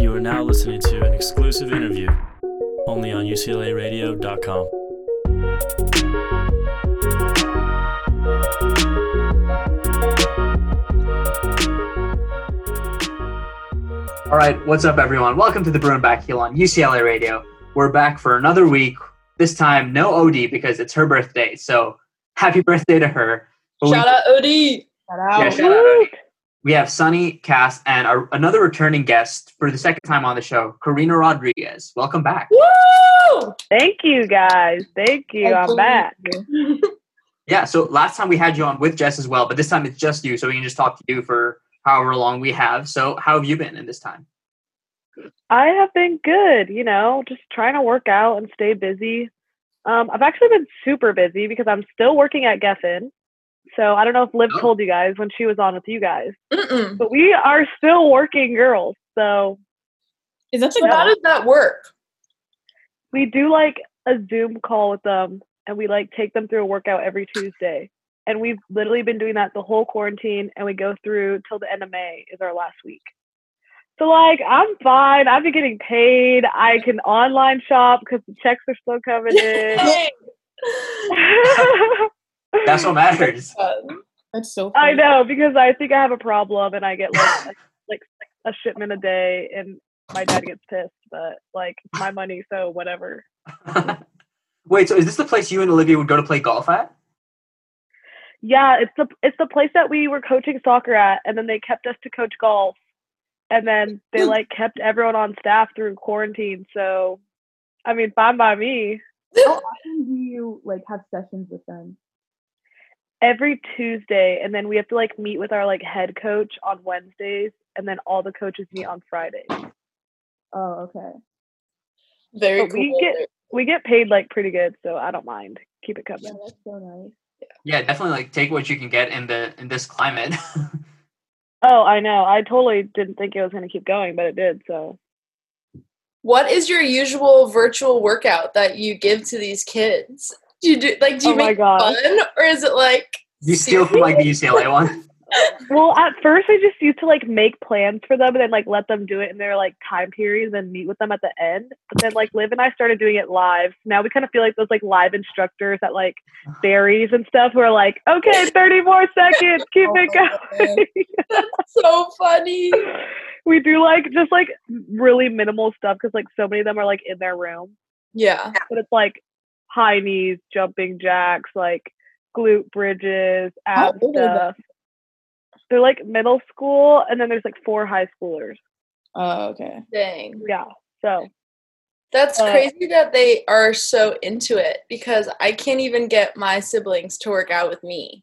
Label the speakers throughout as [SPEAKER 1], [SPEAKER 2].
[SPEAKER 1] You are now listening to an exclusive interview only on UCLARadio.com.
[SPEAKER 2] All right, what's up, everyone? Welcome to the Bruin Back Heel on UCLA Radio. We're back for another week. This time, no OD because it's her birthday. So happy birthday to her! But we-
[SPEAKER 3] Shout out Odie.
[SPEAKER 4] Shout
[SPEAKER 2] Yeah,
[SPEAKER 4] out.
[SPEAKER 2] shout out, Odie. We have Sunny, Cass, and our, another returning guest for the second time on the show, Karina Rodriguez. Welcome back.
[SPEAKER 3] Woo!
[SPEAKER 4] Thank you guys. Thank you.
[SPEAKER 3] I
[SPEAKER 4] I'm
[SPEAKER 3] believe
[SPEAKER 4] back.
[SPEAKER 2] Yeah, so last time we had you on with Jess as well, but this time it's just you, so we can just talk to you for however long we have. So, how have you been in this time?
[SPEAKER 4] I have been good, you know, just trying to work out and stay busy. Um, I've actually been super busy because I'm still working at Geffen. So I don't know if Liv
[SPEAKER 2] Oh.
[SPEAKER 4] told you guys when she was on with you guys,
[SPEAKER 3] Mm-mm.
[SPEAKER 4] but we are still working girls. So
[SPEAKER 3] Is that so how does that work?
[SPEAKER 4] we do like a Zoom call with them and we like take them through a workout every Tuesday. And we've literally been doing that the whole quarantine and we go through till the end of May is our last week. So like I'm fine. I've been getting paid. I can online shop because the checks are still coming in.
[SPEAKER 3] Yay.
[SPEAKER 2] That's what matters.
[SPEAKER 3] Um, That's so
[SPEAKER 4] I
[SPEAKER 3] funny.
[SPEAKER 4] know because I think I have a problem and I get like a, like a shipment a day and my dad gets pissed, but like it's my money, so whatever.
[SPEAKER 2] Wait, so is this the place you and Olivia would go to play golf at?
[SPEAKER 4] Yeah, it's the it's the place that we were coaching soccer at, and then they kept us to coach golf, and then
[SPEAKER 3] Hmm.
[SPEAKER 4] they like kept everyone on staff through quarantine. So, I mean, fine by me.
[SPEAKER 5] How often do you like have sessions with them?
[SPEAKER 4] Every Tuesday, and then we have to like meet with our like head coach on Wednesdays, and then all the coaches meet on Fridays.
[SPEAKER 5] Oh, okay.
[SPEAKER 3] Very
[SPEAKER 4] But we
[SPEAKER 3] cool.
[SPEAKER 4] get- We get paid like pretty good, so I don't mind. Keep it
[SPEAKER 5] Yeah,
[SPEAKER 4] coming.
[SPEAKER 5] that's so nice.
[SPEAKER 2] Yeah, definitely like take what you can get in the in this climate.
[SPEAKER 4] Oh, I know. I totally didn't think it was gonna keep going, but it did. So
[SPEAKER 3] What is your usual virtual workout that you give to these kids? Do you do like do you
[SPEAKER 4] Oh my
[SPEAKER 3] make it
[SPEAKER 4] God.
[SPEAKER 3] fun or is it like
[SPEAKER 2] you steal from like the UCLA one.
[SPEAKER 4] Well, at first I just used to like make plans for them and then like let them do it in their like time periods and meet with them at the end. But then like Liv and I started doing it live. So now we kind of feel like those like live instructors at like berries and stuff who are like, okay, 30 more seconds, keep it
[SPEAKER 5] Oh
[SPEAKER 3] Oh
[SPEAKER 4] going.
[SPEAKER 3] so funny?
[SPEAKER 4] we do like just like really minimal stuff because like so many of them are like in their room.
[SPEAKER 3] Yeah.
[SPEAKER 4] But it's like high knees, jumping jacks, like glute bridges,
[SPEAKER 5] How
[SPEAKER 4] ab
[SPEAKER 5] old are they?
[SPEAKER 4] stuff. They're like middle school and then there's like four high schoolers.
[SPEAKER 5] Oh, okay.
[SPEAKER 3] Dang.
[SPEAKER 4] Yeah. So
[SPEAKER 3] That's
[SPEAKER 4] Uh,
[SPEAKER 3] crazy that they are so into it because I can't even get my siblings to work out with me.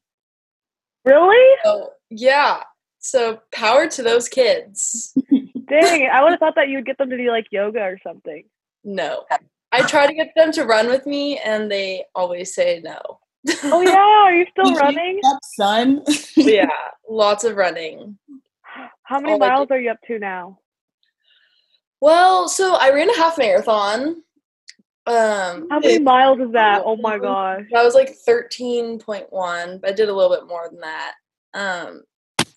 [SPEAKER 4] really,
[SPEAKER 3] So yeah. So power to those kids.
[SPEAKER 4] dang! I would have thought that you'd get them to do like yoga or something.
[SPEAKER 3] No. I try to get them to run with me and they always say no.
[SPEAKER 4] Oh yeah, are you
[SPEAKER 5] Did
[SPEAKER 4] still
[SPEAKER 5] you
[SPEAKER 4] running?
[SPEAKER 5] Up, son.
[SPEAKER 3] yeah. Lots of running.
[SPEAKER 4] How many
[SPEAKER 3] Oh, I
[SPEAKER 4] miles are you up to now?
[SPEAKER 3] Well, so I ran a half marathon. Um
[SPEAKER 4] How many
[SPEAKER 3] it-
[SPEAKER 4] miles is that? Oh my gosh,
[SPEAKER 3] that was like 13.1. but I did a little bit more than that. Um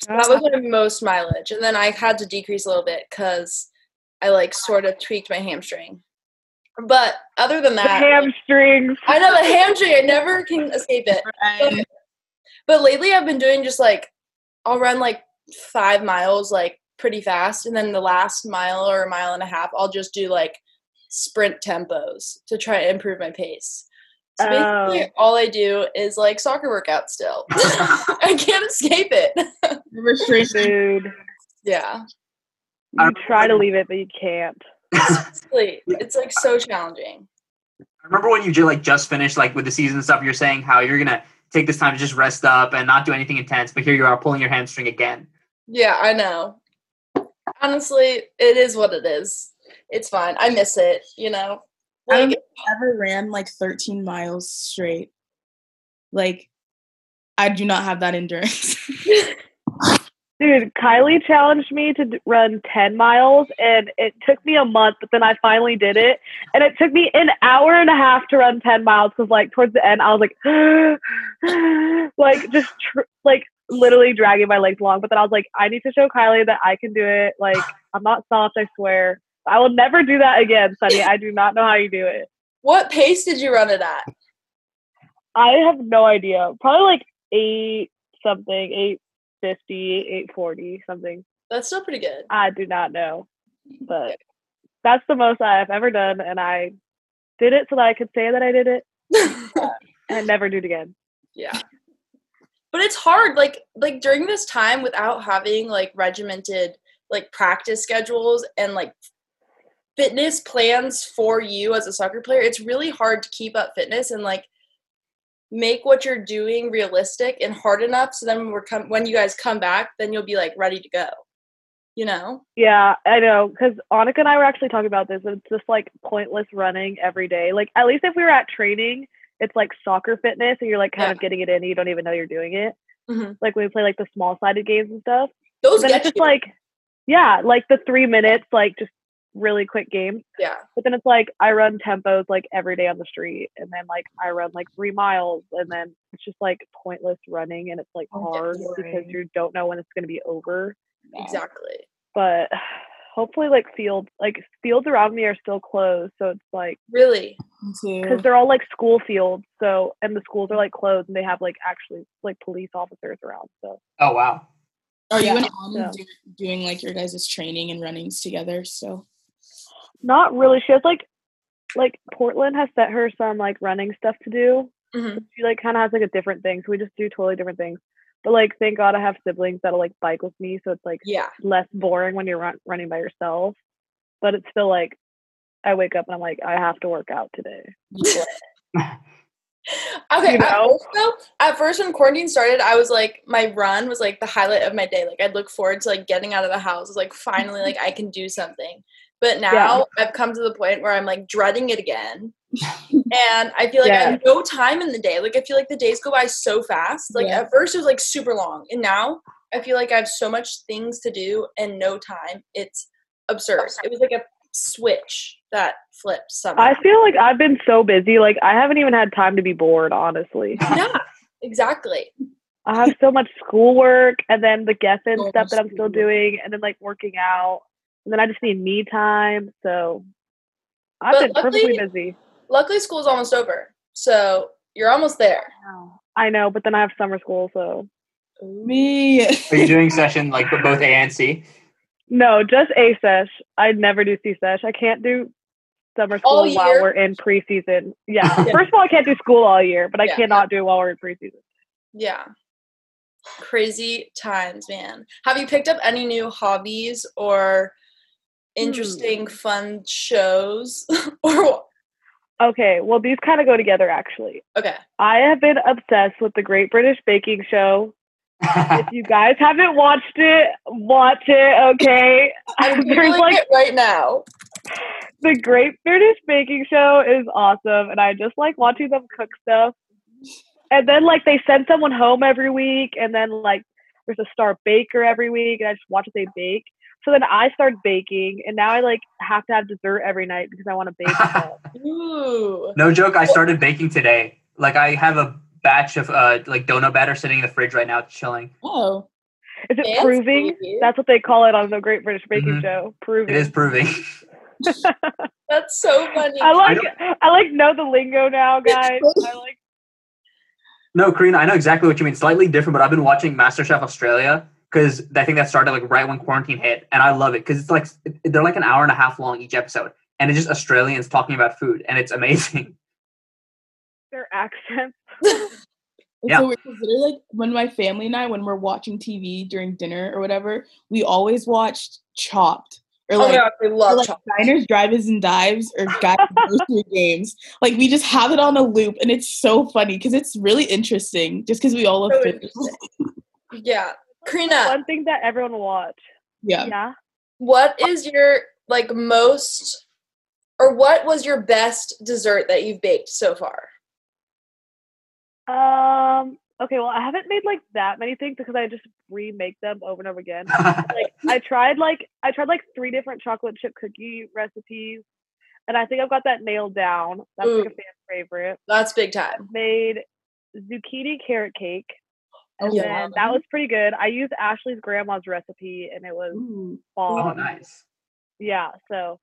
[SPEAKER 3] that was my most mileage and then i had to decrease a little bit because i like sort of tweaked my hamstring but other than
[SPEAKER 4] the
[SPEAKER 3] that
[SPEAKER 4] hamstrings.
[SPEAKER 3] i know the hamstring i never can escape it
[SPEAKER 5] Right.
[SPEAKER 3] but lately i've been doing just like i'll run like five miles like pretty fast and then the last mile or mile and a half i'll just do like sprint tempos to try to improve my pace so basically
[SPEAKER 4] Oh.
[SPEAKER 3] all i do is like soccer workouts still i can't escape it
[SPEAKER 5] The restriction.
[SPEAKER 4] Dude,
[SPEAKER 3] yeah
[SPEAKER 2] I
[SPEAKER 4] you try to
[SPEAKER 2] remember-
[SPEAKER 4] leave it, but you can't.
[SPEAKER 3] Seriously, it's like so challenging.
[SPEAKER 2] I remember when you ju- like just finished like with the season and stuff. You're saying how you're gonna take this time to just rest up and not do anything intense, but here you are pulling your hamstring again.
[SPEAKER 3] Yeah, I know. Honestly, it is what it is. It's fine. I miss it, you know.
[SPEAKER 5] I
[SPEAKER 3] Like
[SPEAKER 5] don't think I ever ran like 13 miles straight. Like, I do not have that endurance.
[SPEAKER 4] Dude, Kylie challenged me to d- run 10 miles and it took me a month, but then I finally did it. And it took me an hour and a half to run 10 miles because, like, towards the end, I was like, like, just tr- like literally dragging my legs along. But then I was like, I need to show Kylie that I can do it. Like, I'm not soft, I swear. I will never do that again, Sunny. I do not know how you do it.
[SPEAKER 3] What pace did you run it at?
[SPEAKER 4] I have no idea. Probably like eight something, eight fifty, eight forty something.
[SPEAKER 3] That's still pretty good.
[SPEAKER 4] I do not know, but that's the most I've ever done, and I did it so that I could say that I did it and never do it again.
[SPEAKER 3] yeah. But it's hard, like like during this time without having like regimented like practice schedules and like fitness plans for you as a soccer player, it's really hard to keep up fitness and like make what you're doing realistic and hard enough so then when we're come when you guys come back, then you'll be like ready to go. You know?
[SPEAKER 4] Yeah, I know. Because Annika and I were actually talking about this. and It's just like pointless running every day. Like at least if we were at training, it's like soccer fitness, and you're like kind
[SPEAKER 3] Yeah.
[SPEAKER 4] of getting it in. and You don't even know you're doing it.
[SPEAKER 3] Mhm.
[SPEAKER 4] Like when we play like the small sided games and stuff.
[SPEAKER 3] Those
[SPEAKER 4] But then
[SPEAKER 3] get
[SPEAKER 4] it's just
[SPEAKER 3] you.
[SPEAKER 4] like, yeah, like the three minutes, like just really quick games.
[SPEAKER 3] yeah.
[SPEAKER 4] But then it's like I run tempos like every day on the street, and then like I run like three miles, and then it's just like pointless running, and it's like
[SPEAKER 5] Oh, yeah,
[SPEAKER 4] hard because
[SPEAKER 5] boring.
[SPEAKER 4] you don't know when it's gonna be over
[SPEAKER 3] Exactly.
[SPEAKER 4] but hopefully like fields like fields around me are still closed so it's like
[SPEAKER 3] Really.
[SPEAKER 4] because they're all like school fields so and the schools are like closed and they have like actually like police officers around so
[SPEAKER 2] Oh wow.
[SPEAKER 5] Are you
[SPEAKER 3] Yeah.
[SPEAKER 5] and Anna
[SPEAKER 4] Yeah.
[SPEAKER 5] do, doing like your guys' training and runnings together? So
[SPEAKER 4] not really she has like like portland has set her some like running stuff to do
[SPEAKER 3] Mhm.
[SPEAKER 4] she like kind of has like a different thing so we just do totally different things but like thank god i have siblings that'll like bike with me so it's like
[SPEAKER 3] Yeah.
[SPEAKER 4] less boring when you're run- running by yourself but it's still like i wake up and i'm like i have to work out today
[SPEAKER 3] Okay.
[SPEAKER 4] You
[SPEAKER 3] At,
[SPEAKER 4] know?
[SPEAKER 3] first, though, at first, when quarantine started, I was like, my run was like the highlight of my day. Like, I'd look forward to like getting out of the house. It's like finally, like I can do something. But now I've come to the point where I'm like dreading it again, and I feel like I have no time in the day. Like I feel like the days go by so fast. Like
[SPEAKER 5] Yeah.
[SPEAKER 3] at first it was like super long, and now I feel like I have so much things to do and no time. It's absurd. It was like a switch that flipped somehow.
[SPEAKER 4] I feel like I've been so busy. Like I haven't even had time to be bored, honestly.
[SPEAKER 3] yeah, exactly.
[SPEAKER 4] I have so much schoolwork and then the Geffen
[SPEAKER 5] So
[SPEAKER 4] stuff
[SPEAKER 5] much
[SPEAKER 4] that I'm still
[SPEAKER 5] schoolwork.
[SPEAKER 4] doing and then like working out. And then I just need me time. So I've
[SPEAKER 3] But
[SPEAKER 4] been perfectly
[SPEAKER 3] luckily-
[SPEAKER 4] busy.
[SPEAKER 3] luckily school's almost over so you're almost there
[SPEAKER 4] I know, but then I have summer school, so
[SPEAKER 5] me.
[SPEAKER 2] Are you doing session like with both A and C?
[SPEAKER 4] no, just A sesh. I never do C sesh. I can't do summer school
[SPEAKER 3] All
[SPEAKER 4] while
[SPEAKER 3] year?
[SPEAKER 4] we're in preseason. Yeah.
[SPEAKER 3] Yeah.
[SPEAKER 4] First of all, I can't do school all year, but I
[SPEAKER 3] Yeah.
[SPEAKER 4] cannot do it while we're in preseason.
[SPEAKER 3] yeah crazy times man have you picked up any new hobbies or interesting
[SPEAKER 4] Hmm.
[SPEAKER 3] fun shows or
[SPEAKER 4] Okay, well these kind of go together actually.
[SPEAKER 3] okay
[SPEAKER 4] I have been obsessed with the Great British Baking Show. If you guys haven't watched it, watch it, okay?
[SPEAKER 3] i'm
[SPEAKER 4] There's
[SPEAKER 3] googling
[SPEAKER 4] like
[SPEAKER 3] it right now
[SPEAKER 4] the Great British Baking Show is awesome, and I just like watching them cook stuff. And then like they send someone home every week, and then like there's a star baker every week, and I just watch what they bake. So then I start baking, and now I like have to have dessert every night because I want to bake. stuff.
[SPEAKER 3] ooh
[SPEAKER 2] no joke. I started baking today. Like I have a batch of uh, like donut batter sitting in the fridge right now, chilling.
[SPEAKER 5] oh,
[SPEAKER 4] Is it
[SPEAKER 3] Fancy.
[SPEAKER 4] proving? That's what they call it on the Great British Baking
[SPEAKER 2] Mhm.
[SPEAKER 4] Show. Proving.
[SPEAKER 2] It is proving.
[SPEAKER 3] that's so funny
[SPEAKER 4] I like
[SPEAKER 2] don't-
[SPEAKER 4] I, like know the lingo now, guys. I like
[SPEAKER 2] No, Karina, I know exactly what you mean. Slightly different, but I've been watching MasterChef Australia because I think that started like right when quarantine hit, and I love it because it's like it- they're like an hour and a half long each episode, and it's just Australians talking about food, and it's amazing.
[SPEAKER 4] their accents.
[SPEAKER 5] it's
[SPEAKER 2] Yeah.
[SPEAKER 5] so weird 'cause literally, like when my family and I, when we're watching TV during dinner or whatever, we always watched Chopped or
[SPEAKER 3] oh my
[SPEAKER 5] like,
[SPEAKER 3] gosh i
[SPEAKER 5] or,
[SPEAKER 3] love
[SPEAKER 5] like
[SPEAKER 3] chocolate
[SPEAKER 5] Diners, Drive-ins, and Dives or Guys Grocery Games. Like we just have it on a loop, and it's so funny because it's really interesting. Just because we all love
[SPEAKER 3] So
[SPEAKER 5] food.
[SPEAKER 3] yeah karina
[SPEAKER 4] One thing that everyone will watch.
[SPEAKER 5] Yeah.
[SPEAKER 4] Yeah.
[SPEAKER 3] what is your like most or what was your best dessert that you've baked so far
[SPEAKER 4] Um. Okay. Well, I haven't made like that many things because I just remake them over and over again. like I tried like I tried like three different chocolate chip cookie recipes, and I think I've got that nailed down. That's like a
[SPEAKER 3] Ooh.
[SPEAKER 4] fan favorite.
[SPEAKER 3] that's big time
[SPEAKER 4] Made zucchini carrot cake. And
[SPEAKER 5] Oh,
[SPEAKER 4] then that was pretty good. I used Ashley's grandma's recipe, and it was
[SPEAKER 5] Ooh.
[SPEAKER 2] oh,
[SPEAKER 4] bomb.
[SPEAKER 2] nice.
[SPEAKER 4] Yeah. So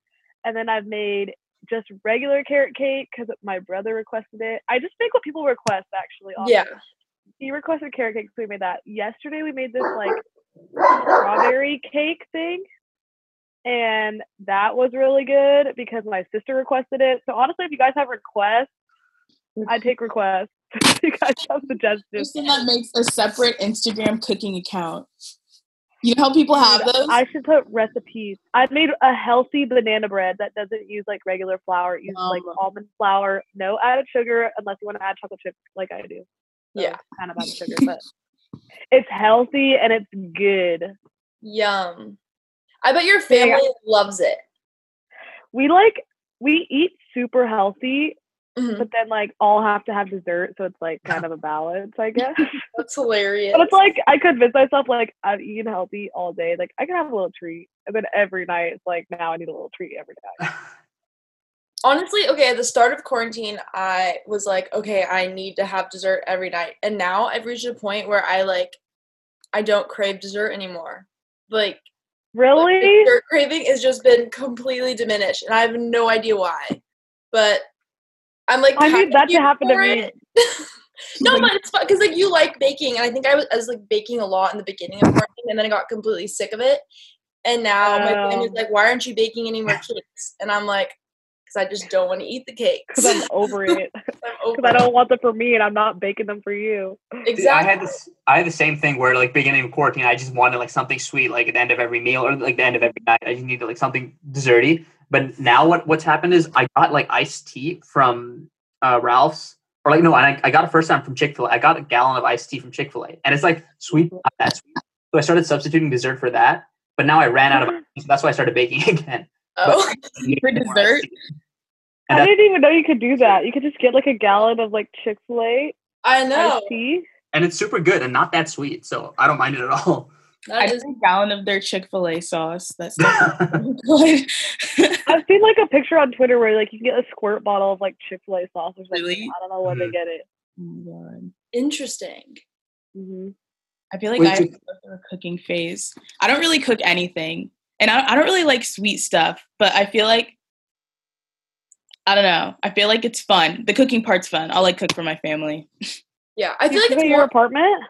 [SPEAKER 4] and then I've made just regular carrot cake because my brother requested it. I just make what people request actually. honestly.
[SPEAKER 3] Yeah.
[SPEAKER 4] He requested carrot cake, so we made that. Yesterday we made this like strawberry cake thing, and that was really good because my sister requested it. So honestly, if you guys have requests, I take requests. if you guys have suggestions.
[SPEAKER 5] Person that makes a separate Instagram cooking account. You know how people have those?
[SPEAKER 4] I should put recipes. I made a healthy banana bread that doesn't use like regular flour. It uses like
[SPEAKER 5] Yum.
[SPEAKER 4] almond flour, no added sugar, unless you want to add chocolate chips like I do. So
[SPEAKER 3] Yeah.
[SPEAKER 4] it's kind of added sugar, but it's healthy and it's good.
[SPEAKER 3] Yum. I bet your family loves it.
[SPEAKER 4] We like we eat super healthy,
[SPEAKER 3] Mhm.
[SPEAKER 4] but then like all have to have dessert, so it's like kind of a balance, I guess.
[SPEAKER 3] That's hilarious.
[SPEAKER 4] But it's like I convince myself like I've eaten healthy all day, like I can have a little treat, and then every night it's like now I need a little treat every night.
[SPEAKER 3] Honestly, okay, at the start of quarantine, I was like, okay, I need to have dessert every night. And now I've reached a point where I like I don't crave dessert anymore. Like like, the
[SPEAKER 4] Really?
[SPEAKER 3] dessert craving has just been completely diminished and I have no idea why. But I'm like
[SPEAKER 4] I need
[SPEAKER 3] kinda
[SPEAKER 4] that to
[SPEAKER 3] here
[SPEAKER 4] happen to
[SPEAKER 3] for
[SPEAKER 4] me.
[SPEAKER 3] it. no, but it's fun because like you like baking, and I think I was, I was like baking a lot in the beginning of quarantine, and then I got completely sick of it. And now my
[SPEAKER 4] Oh.
[SPEAKER 3] family's like, "Why aren't you baking any more cakes?" And I'm like, "Because I just don't want to eat the cakes.
[SPEAKER 4] because I'm over it.
[SPEAKER 3] I'm over
[SPEAKER 4] Because I
[SPEAKER 3] it."
[SPEAKER 4] don't want them for me, and I'm not baking them for you.
[SPEAKER 2] Dude, I
[SPEAKER 3] exactly.
[SPEAKER 2] had this. I had the same thing where, like, beginning of quarantine, I just wanted like something sweet, like at the end of every meal or like the end of every night. I just needed like something desserty. But now, what what's happened is I got like iced tea from uh, Ralph's, or like no, and I, I got it first time from Chick Fil A. I got a gallon of iced tea from Chick Fil A, and it's like sweet,
[SPEAKER 5] Mm-hmm.
[SPEAKER 2] but not that sweet. So I started substituting dessert for that. But now I ran out of, iced tea, so that's why I started baking again.
[SPEAKER 3] oh,
[SPEAKER 5] Mm-hmm. For dessert?
[SPEAKER 2] And
[SPEAKER 4] I
[SPEAKER 2] that's-
[SPEAKER 4] didn't even know you could do that. You could just get like a gallon of like Chick Fil A
[SPEAKER 3] I know.
[SPEAKER 4] iced tea.
[SPEAKER 2] and it's super good and not that sweet, so I don't mind it at all.
[SPEAKER 5] I
[SPEAKER 3] That
[SPEAKER 5] just
[SPEAKER 3] is
[SPEAKER 5] a gallon of their Chick Fil A sauce. That's good.
[SPEAKER 4] I've seen like a picture on Twitter where like you can get a squirt bottle of like Chick Fil A sauce or something.
[SPEAKER 5] Really?
[SPEAKER 4] I don't know where they
[SPEAKER 2] Mhm.
[SPEAKER 4] get it.
[SPEAKER 5] Oh my God.
[SPEAKER 3] interesting.
[SPEAKER 4] hmm
[SPEAKER 5] I feel like
[SPEAKER 2] Wait,
[SPEAKER 5] I
[SPEAKER 2] did-
[SPEAKER 5] go through a cooking phase. I don't really cook anything, and I, I don't really like sweet stuff. But I feel like I don't know. I feel like it's fun. The cooking part's fun. I'll like cook for my family.
[SPEAKER 3] Yeah, I
[SPEAKER 4] I
[SPEAKER 3] feel like it's
[SPEAKER 4] in your
[SPEAKER 3] more.
[SPEAKER 4] apartment.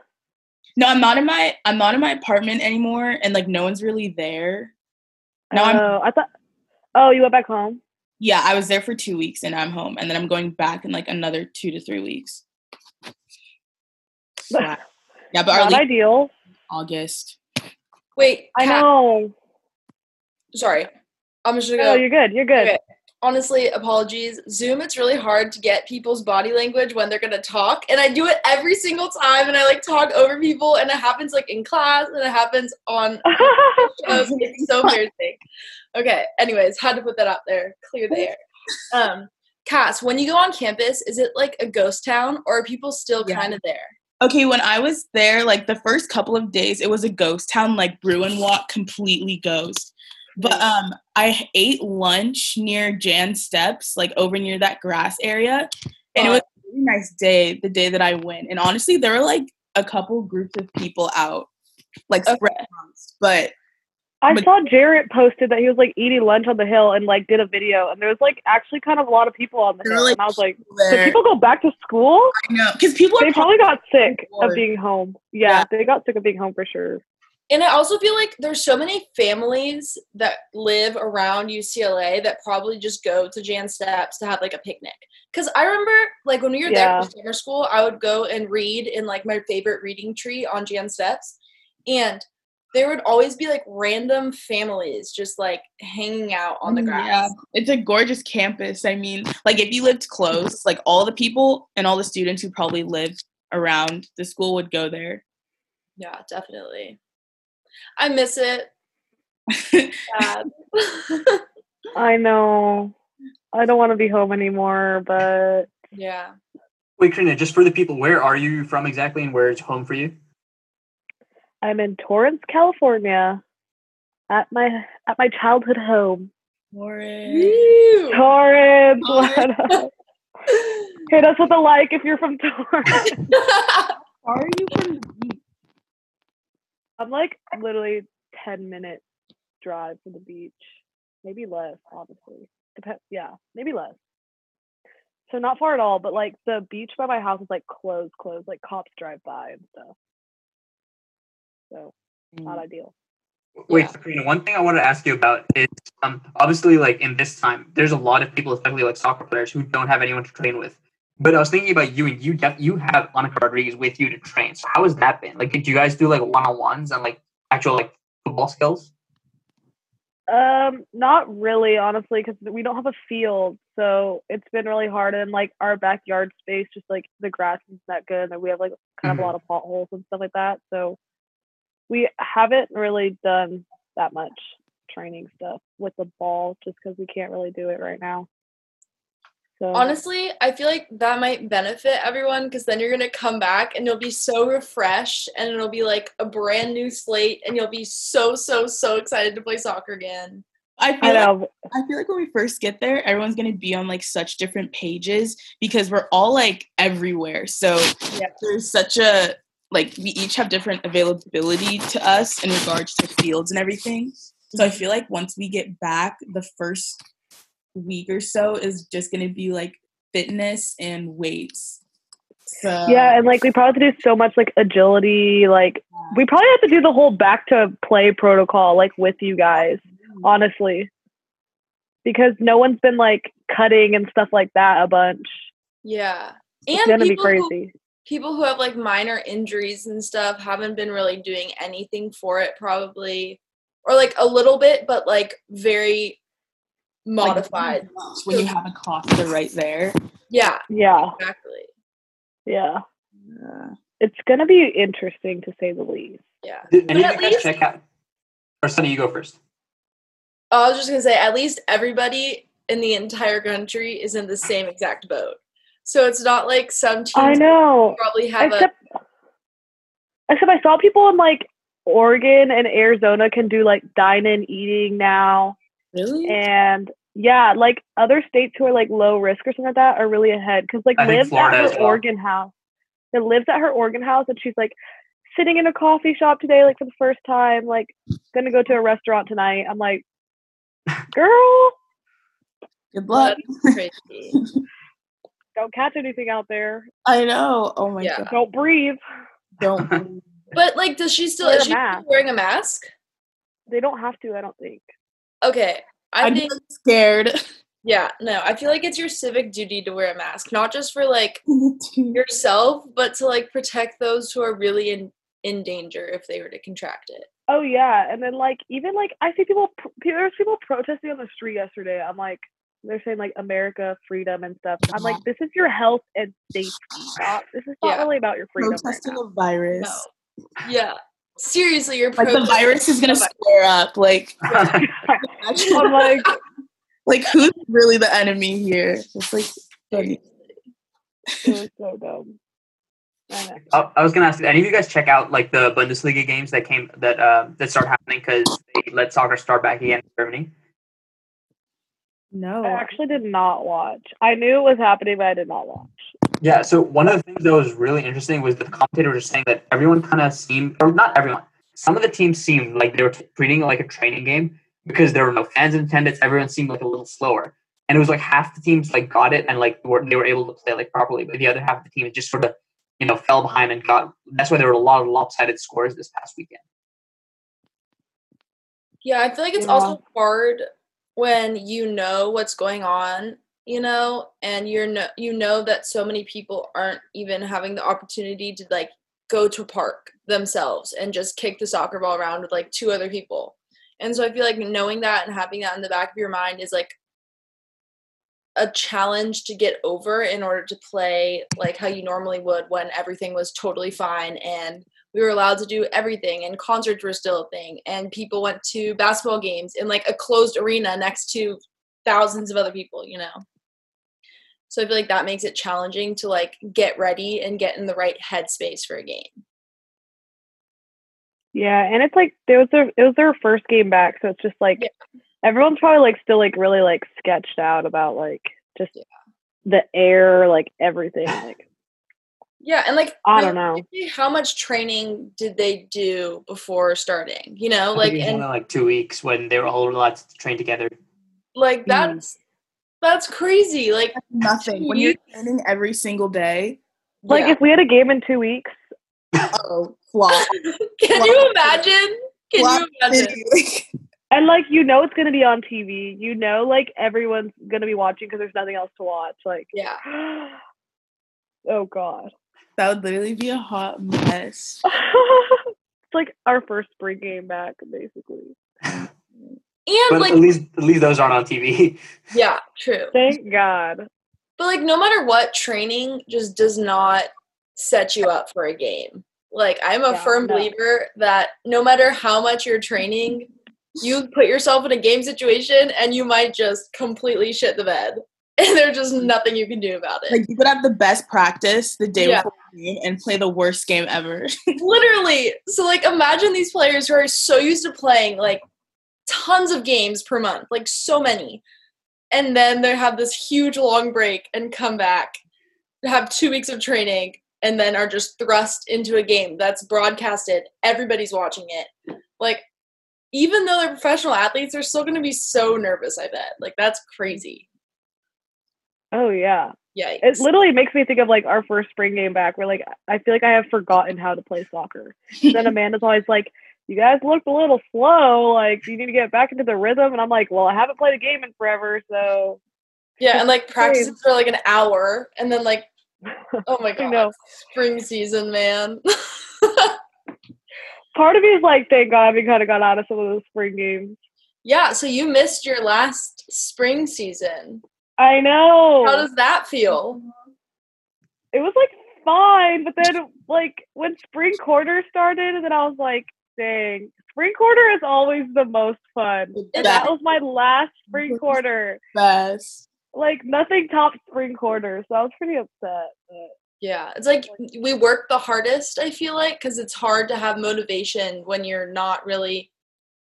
[SPEAKER 5] No, I'm not in my I'm not in my apartment anymore, and like no one's really there. No, I'm
[SPEAKER 4] oh, I thought. Oh, you went back home.
[SPEAKER 5] yeah. I was there for two weeks, and I'm home, and then I'm going back in like another two to three weeks. So, I- yeah, but our
[SPEAKER 4] Not
[SPEAKER 5] leave
[SPEAKER 4] ideal.
[SPEAKER 5] August.
[SPEAKER 3] Wait,
[SPEAKER 4] I
[SPEAKER 3] Kat,
[SPEAKER 4] know.
[SPEAKER 3] Sorry, I'm just gonna
[SPEAKER 4] No,
[SPEAKER 3] go.
[SPEAKER 4] you're good. You're good.
[SPEAKER 3] Okay. honestly, apologies. Zoom, it's really hard to get people's body language when they're gonna talk. And I do it every single time and I like talk over people and it happens like in class and it happens on shows. It's so embarrassing. Okay, anyways, had to put that out there. Clear the air. Um Cass, when you go on campus, is it like a ghost town or are people still
[SPEAKER 5] Yeah.
[SPEAKER 3] kind of there?
[SPEAKER 5] Okay, when I was there, like the first couple of days, it was a ghost town, like Bruin Walk, completely ghost. But um, I ate lunch near Jan Steps, like over near that grass area, and it was a really nice day. The day that I went, and honestly, there were like a couple groups of people out, like
[SPEAKER 3] Okay.
[SPEAKER 5] spread amongst, but
[SPEAKER 4] I
[SPEAKER 5] But-
[SPEAKER 4] saw Jarrett posted that he was like eating lunch on the hill and like did a video, and there was like actually kind of a lot of people on the
[SPEAKER 5] There were,
[SPEAKER 4] hill,
[SPEAKER 5] like,
[SPEAKER 4] and I was like, did
[SPEAKER 5] there,
[SPEAKER 4] people go back to school?
[SPEAKER 5] I know because people
[SPEAKER 4] They
[SPEAKER 5] are
[SPEAKER 4] probably got sick
[SPEAKER 5] bored.
[SPEAKER 4] of being home. Yeah, they got sick of being home for sure.
[SPEAKER 3] And I also feel like there's so many families that live around UCLA that probably just go to Jan Steps to have like a picnic. Cause I remember like when we were there
[SPEAKER 4] Yeah.
[SPEAKER 3] for summer school, I would go and read in like my favorite reading tree on Jan Steps. And there would always be like random families just like hanging out on the grass.
[SPEAKER 5] Mm, Yeah, it's a gorgeous campus. I mean, like if you lived close, like all the people and all the students who probably lived around the school would go there.
[SPEAKER 3] Yeah, definitely. I miss it. Sad.
[SPEAKER 4] I know. I don't want to be home anymore, but
[SPEAKER 3] yeah.
[SPEAKER 2] Wait, Karina, just for the people, where are you from exactly, and where is home for you?
[SPEAKER 4] I'm in Torrance, California, at my at my childhood home.
[SPEAKER 5] Lauren.
[SPEAKER 3] Woo!
[SPEAKER 4] Torrance.
[SPEAKER 5] Torrance.
[SPEAKER 4] what up? Hit us with a like if you're from Torrance.
[SPEAKER 5] Are you from the beach?
[SPEAKER 4] I'm like literally ten minutes drive from the beach. maybe less, honestly. Dep- yeah, maybe less. So not far at all, but like the beach by my house is like closed, closed. Like cops drive by and stuff. So not ideal.
[SPEAKER 2] Wait,
[SPEAKER 5] Yeah.
[SPEAKER 2] Sabrina, one thing I want to ask you about is um, obviously, like in this time, there's a lot of people, especially like soccer players, who don't have anyone to train with. But I was thinking about you, and you def- you have Monica Rodriguez with you to train. So how has that been? Like, did you guys do like one on ones and like actual like football skills?
[SPEAKER 4] Um, not really, honestly, because we don't have a field, so it's been really hard. And like our backyard space, just like the grass isn't that good, and we have like kind
[SPEAKER 5] Mm-hmm.
[SPEAKER 4] of a lot of potholes and stuff like that. So we haven't really done that much training stuff with the ball, just because we can't really do it right now. So
[SPEAKER 3] Honestly, I feel like that might benefit everyone because then you're going to come back and you'll be so refreshed and it'll be like a brand new slate and you'll be so, so, so excited to play soccer again.
[SPEAKER 5] I feel
[SPEAKER 4] I
[SPEAKER 5] like
[SPEAKER 4] know
[SPEAKER 5] I feel like when we first get there, everyone's gonna be on like such different pages because we're all like everywhere. So
[SPEAKER 3] Yeah.
[SPEAKER 5] there's such a like we each have different availability to us in regards to fields and everything. So I feel like once we get back, the first week or so is just gonna be like fitness and weights. So
[SPEAKER 4] Yeah, and like we probably have to do so much like agility, like we probably have to do the whole back to play protocol like with you guys,
[SPEAKER 3] Mm-hmm.
[SPEAKER 4] honestly. Because no one's been like cutting and stuff like that a bunch.
[SPEAKER 3] Yeah.
[SPEAKER 4] It's
[SPEAKER 3] And
[SPEAKER 4] gonna be
[SPEAKER 3] people who-
[SPEAKER 4] crazy.
[SPEAKER 3] people who have like minor injuries and stuff haven't been really doing anything for it probably or like a little bit but like very
[SPEAKER 4] mm.
[SPEAKER 5] like,
[SPEAKER 3] modified
[SPEAKER 5] when you have a Costa right there.
[SPEAKER 3] yeah
[SPEAKER 4] Yeah,
[SPEAKER 3] exactly
[SPEAKER 4] yeah.
[SPEAKER 5] Yeah.
[SPEAKER 4] It's gonna be interesting to say the least.
[SPEAKER 3] yeah
[SPEAKER 2] Did any
[SPEAKER 3] But
[SPEAKER 2] of
[SPEAKER 3] at
[SPEAKER 2] you guys
[SPEAKER 3] least-
[SPEAKER 2] check out? Or Sonny, you go first.
[SPEAKER 3] i was just gonna say at least everybody in the entire country is in the same exact boat so it's not like some teams
[SPEAKER 4] I know.
[SPEAKER 3] probably have
[SPEAKER 4] Except Except I saw people in like Oregon and Arizona can do like dine in eating now.
[SPEAKER 5] Really?
[SPEAKER 4] and yeah, like other states who are like low risk or something like that are really ahead because like
[SPEAKER 2] I think
[SPEAKER 4] lives at
[SPEAKER 2] Florida
[SPEAKER 4] her
[SPEAKER 2] as well.
[SPEAKER 4] Oregon house. It lives at her Oregon house, and she's like sitting in a coffee shop today, like for the first time, like gonna go to a restaurant tonight. I'm like, girl,
[SPEAKER 5] Good
[SPEAKER 3] a
[SPEAKER 5] luck.
[SPEAKER 3] that's crazy
[SPEAKER 4] don't catch anything out there.
[SPEAKER 5] I know. Oh my
[SPEAKER 3] Yeah.
[SPEAKER 5] god.
[SPEAKER 4] Don't breathe.
[SPEAKER 5] Don't
[SPEAKER 3] but like does she still
[SPEAKER 4] Wear
[SPEAKER 3] is
[SPEAKER 4] a
[SPEAKER 3] she still
[SPEAKER 4] mask.
[SPEAKER 3] wearing a mask
[SPEAKER 4] They don't have to. I don't think.
[SPEAKER 3] okay i
[SPEAKER 5] I'd be
[SPEAKER 3] think
[SPEAKER 5] scared.
[SPEAKER 3] yeah no i feel like it's your civic duty to wear a mask not just for like
[SPEAKER 5] You're-
[SPEAKER 3] yourself, but to like protect those who are really in in danger if they were to contract it.
[SPEAKER 4] Oh yeah, and then like even like I see people. pr- There's people protesting on the street yesterday. I'm like, they're saying like America, freedom, and stuff. I'm like, this is your health and safety. Not this is
[SPEAKER 3] Uh-huh.
[SPEAKER 4] not
[SPEAKER 3] Yeah.
[SPEAKER 4] really about your freedom. Right
[SPEAKER 5] protesting
[SPEAKER 4] now.
[SPEAKER 5] a virus.
[SPEAKER 3] No. Yeah. Seriously, you're
[SPEAKER 5] Like the
[SPEAKER 3] pro-
[SPEAKER 5] virus is gonna square up. Like,
[SPEAKER 4] I'm like,
[SPEAKER 5] like who's really the enemy here? It's like e-
[SPEAKER 4] it was so dumb. I know.
[SPEAKER 2] I, I was gonna ask, did any of you guys check out like the Bundesliga games that came that uh, that start happening because they let soccer start back again in Germany?
[SPEAKER 5] no.
[SPEAKER 4] I actually did not watch. I knew it was happening, but I did not watch.
[SPEAKER 2] Yeah, so one of the things that was really interesting was the commentator was saying that everyone kind of seemed, or not everyone, some of the teams seemed like they were t- treating it like a training game because there were no fans in attendance. Everyone seemed like a little slower, and it was like half the teams like got it and like were, they were able to play like properly, but the other half of the team just sort of you know fell behind and got. That's why there were a lot of lopsided scores this past weekend.
[SPEAKER 3] yeah, I feel like it's
[SPEAKER 4] Yeah.
[SPEAKER 3] also hard when you know what's going on, you know, and you're no- you know that so many people aren't even having the opportunity to like go to a park themselves and just kick the soccer ball around with like two other people. And so I feel like knowing that and having that in the back of your mind is like a challenge to get over in order to play like how you normally would when everything was totally fine and we were allowed to do everything and concerts were still a thing and people went to basketball games in like a closed arena next to thousands of other people you know so i feel like that makes it challenging to like get ready and get in the right headspace for a game
[SPEAKER 4] Yeah, and it's like there was their it was their first game back, so it's just like
[SPEAKER 3] Yeah.
[SPEAKER 4] everyone's probably like still like really like sketched out about like just
[SPEAKER 3] Yeah.
[SPEAKER 4] the air, like everything. Like
[SPEAKER 3] yeah and like
[SPEAKER 4] I don't know.
[SPEAKER 3] how much training did they do before starting you know
[SPEAKER 2] I
[SPEAKER 3] like
[SPEAKER 2] think it was
[SPEAKER 3] and
[SPEAKER 2] only like two weeks when they were all allowed to train together.
[SPEAKER 4] Hmm.
[SPEAKER 3] Like that's that's crazy. Like
[SPEAKER 5] Nothing. When you're training every single day,
[SPEAKER 4] Like
[SPEAKER 3] yeah.
[SPEAKER 4] if we had a game in two weeks,
[SPEAKER 5] oh, flop.
[SPEAKER 3] can you imagine? Can you imagine?
[SPEAKER 4] and like you know it's gonna be on TV, you know like everyone's gonna be watching because there's nothing else to watch. Like,
[SPEAKER 3] Yeah.
[SPEAKER 4] oh god,
[SPEAKER 5] that would literally be a hot mess.
[SPEAKER 4] it's like our first spring game back basically.
[SPEAKER 3] And
[SPEAKER 2] But
[SPEAKER 3] like
[SPEAKER 2] at least at least those aren't on TV.
[SPEAKER 3] yeah, true.
[SPEAKER 4] Thank God.
[SPEAKER 3] But like no matter what, training just does not set you up for a game. Like I'm a
[SPEAKER 4] Yeah,
[SPEAKER 3] firm
[SPEAKER 4] no.
[SPEAKER 3] believer that no matter how much you're training, you put yourself in a game situation and you might just completely shit the bed. And there's just nothing you can do about it.
[SPEAKER 5] Like you could have the best practice the day
[SPEAKER 3] Yeah.
[SPEAKER 5] before the game and play the worst game ever.
[SPEAKER 3] literally so like imagine these players who are so used to playing like tons of games per month like so many and then they have this huge long break and come back have two weeks of training and then are just thrust into a game that's broadcasted everybody's watching it like even though they're professional athletes they're still going to be so nervous i bet like that's crazy
[SPEAKER 4] Oh yeah.
[SPEAKER 3] yikes
[SPEAKER 4] It literally makes me think of like our first spring game back where like I feel like I have forgotten how to play soccer. And then Amanda's always like, You guys looked a little slow, like you need to get back into the rhythm and I'm like, Well, I haven't played a game in forever, so
[SPEAKER 3] yeah and like practices for like an hour and then like oh my
[SPEAKER 4] you
[SPEAKER 3] god
[SPEAKER 4] know.
[SPEAKER 3] spring season man
[SPEAKER 4] Part of me is like, Thank God we kinda got out of some of those spring games.
[SPEAKER 3] Yeah, so you missed your last spring season.
[SPEAKER 4] I know.
[SPEAKER 3] How does that feel?
[SPEAKER 4] it was like fine, but then like when spring quarter started and then I was like, Dang, spring quarter is always the most fun.
[SPEAKER 5] The
[SPEAKER 4] And that
[SPEAKER 5] best.
[SPEAKER 4] was my last spring quarter.
[SPEAKER 5] best.
[SPEAKER 4] like nothing topped spring quarter, so I was pretty upset. But
[SPEAKER 3] Yeah, it's like we work the hardest, I feel like, because it's hard to have motivation when you're not really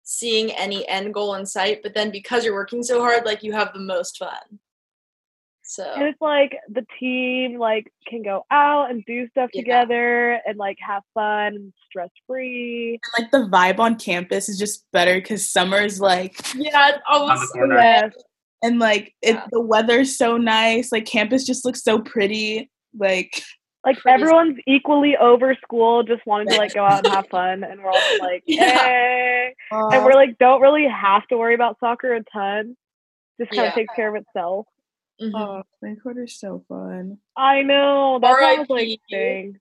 [SPEAKER 3] seeing any end goal in sight. But then because you're working so hard, like you have the most fun.
[SPEAKER 4] and
[SPEAKER 3] So,
[SPEAKER 4] it's like the team like can go out and do stuff
[SPEAKER 3] Yeah.
[SPEAKER 4] together and like have fun and stress free.
[SPEAKER 5] And like the vibe on campus is just better because summer is like
[SPEAKER 3] yeah, it's
[SPEAKER 2] On the
[SPEAKER 3] almost.
[SPEAKER 2] corner.
[SPEAKER 4] Yes.
[SPEAKER 5] and like it
[SPEAKER 3] Yeah.
[SPEAKER 5] the weather's so nice. Like campus just looks so pretty. Like
[SPEAKER 4] Like
[SPEAKER 3] Crazy.
[SPEAKER 4] everyone's equally over school, just wanting to like go out and have fun and we're all just like,
[SPEAKER 3] Yeah.
[SPEAKER 4] hey. And we're like don't really have to worry about soccer a ton. Just kind
[SPEAKER 3] Yeah.
[SPEAKER 4] of takes care of itself.
[SPEAKER 3] Mhm.
[SPEAKER 5] oh, spring quarter's so fun.
[SPEAKER 4] I know. That's why I was like,
[SPEAKER 3] R.I.P..
[SPEAKER 4] dang.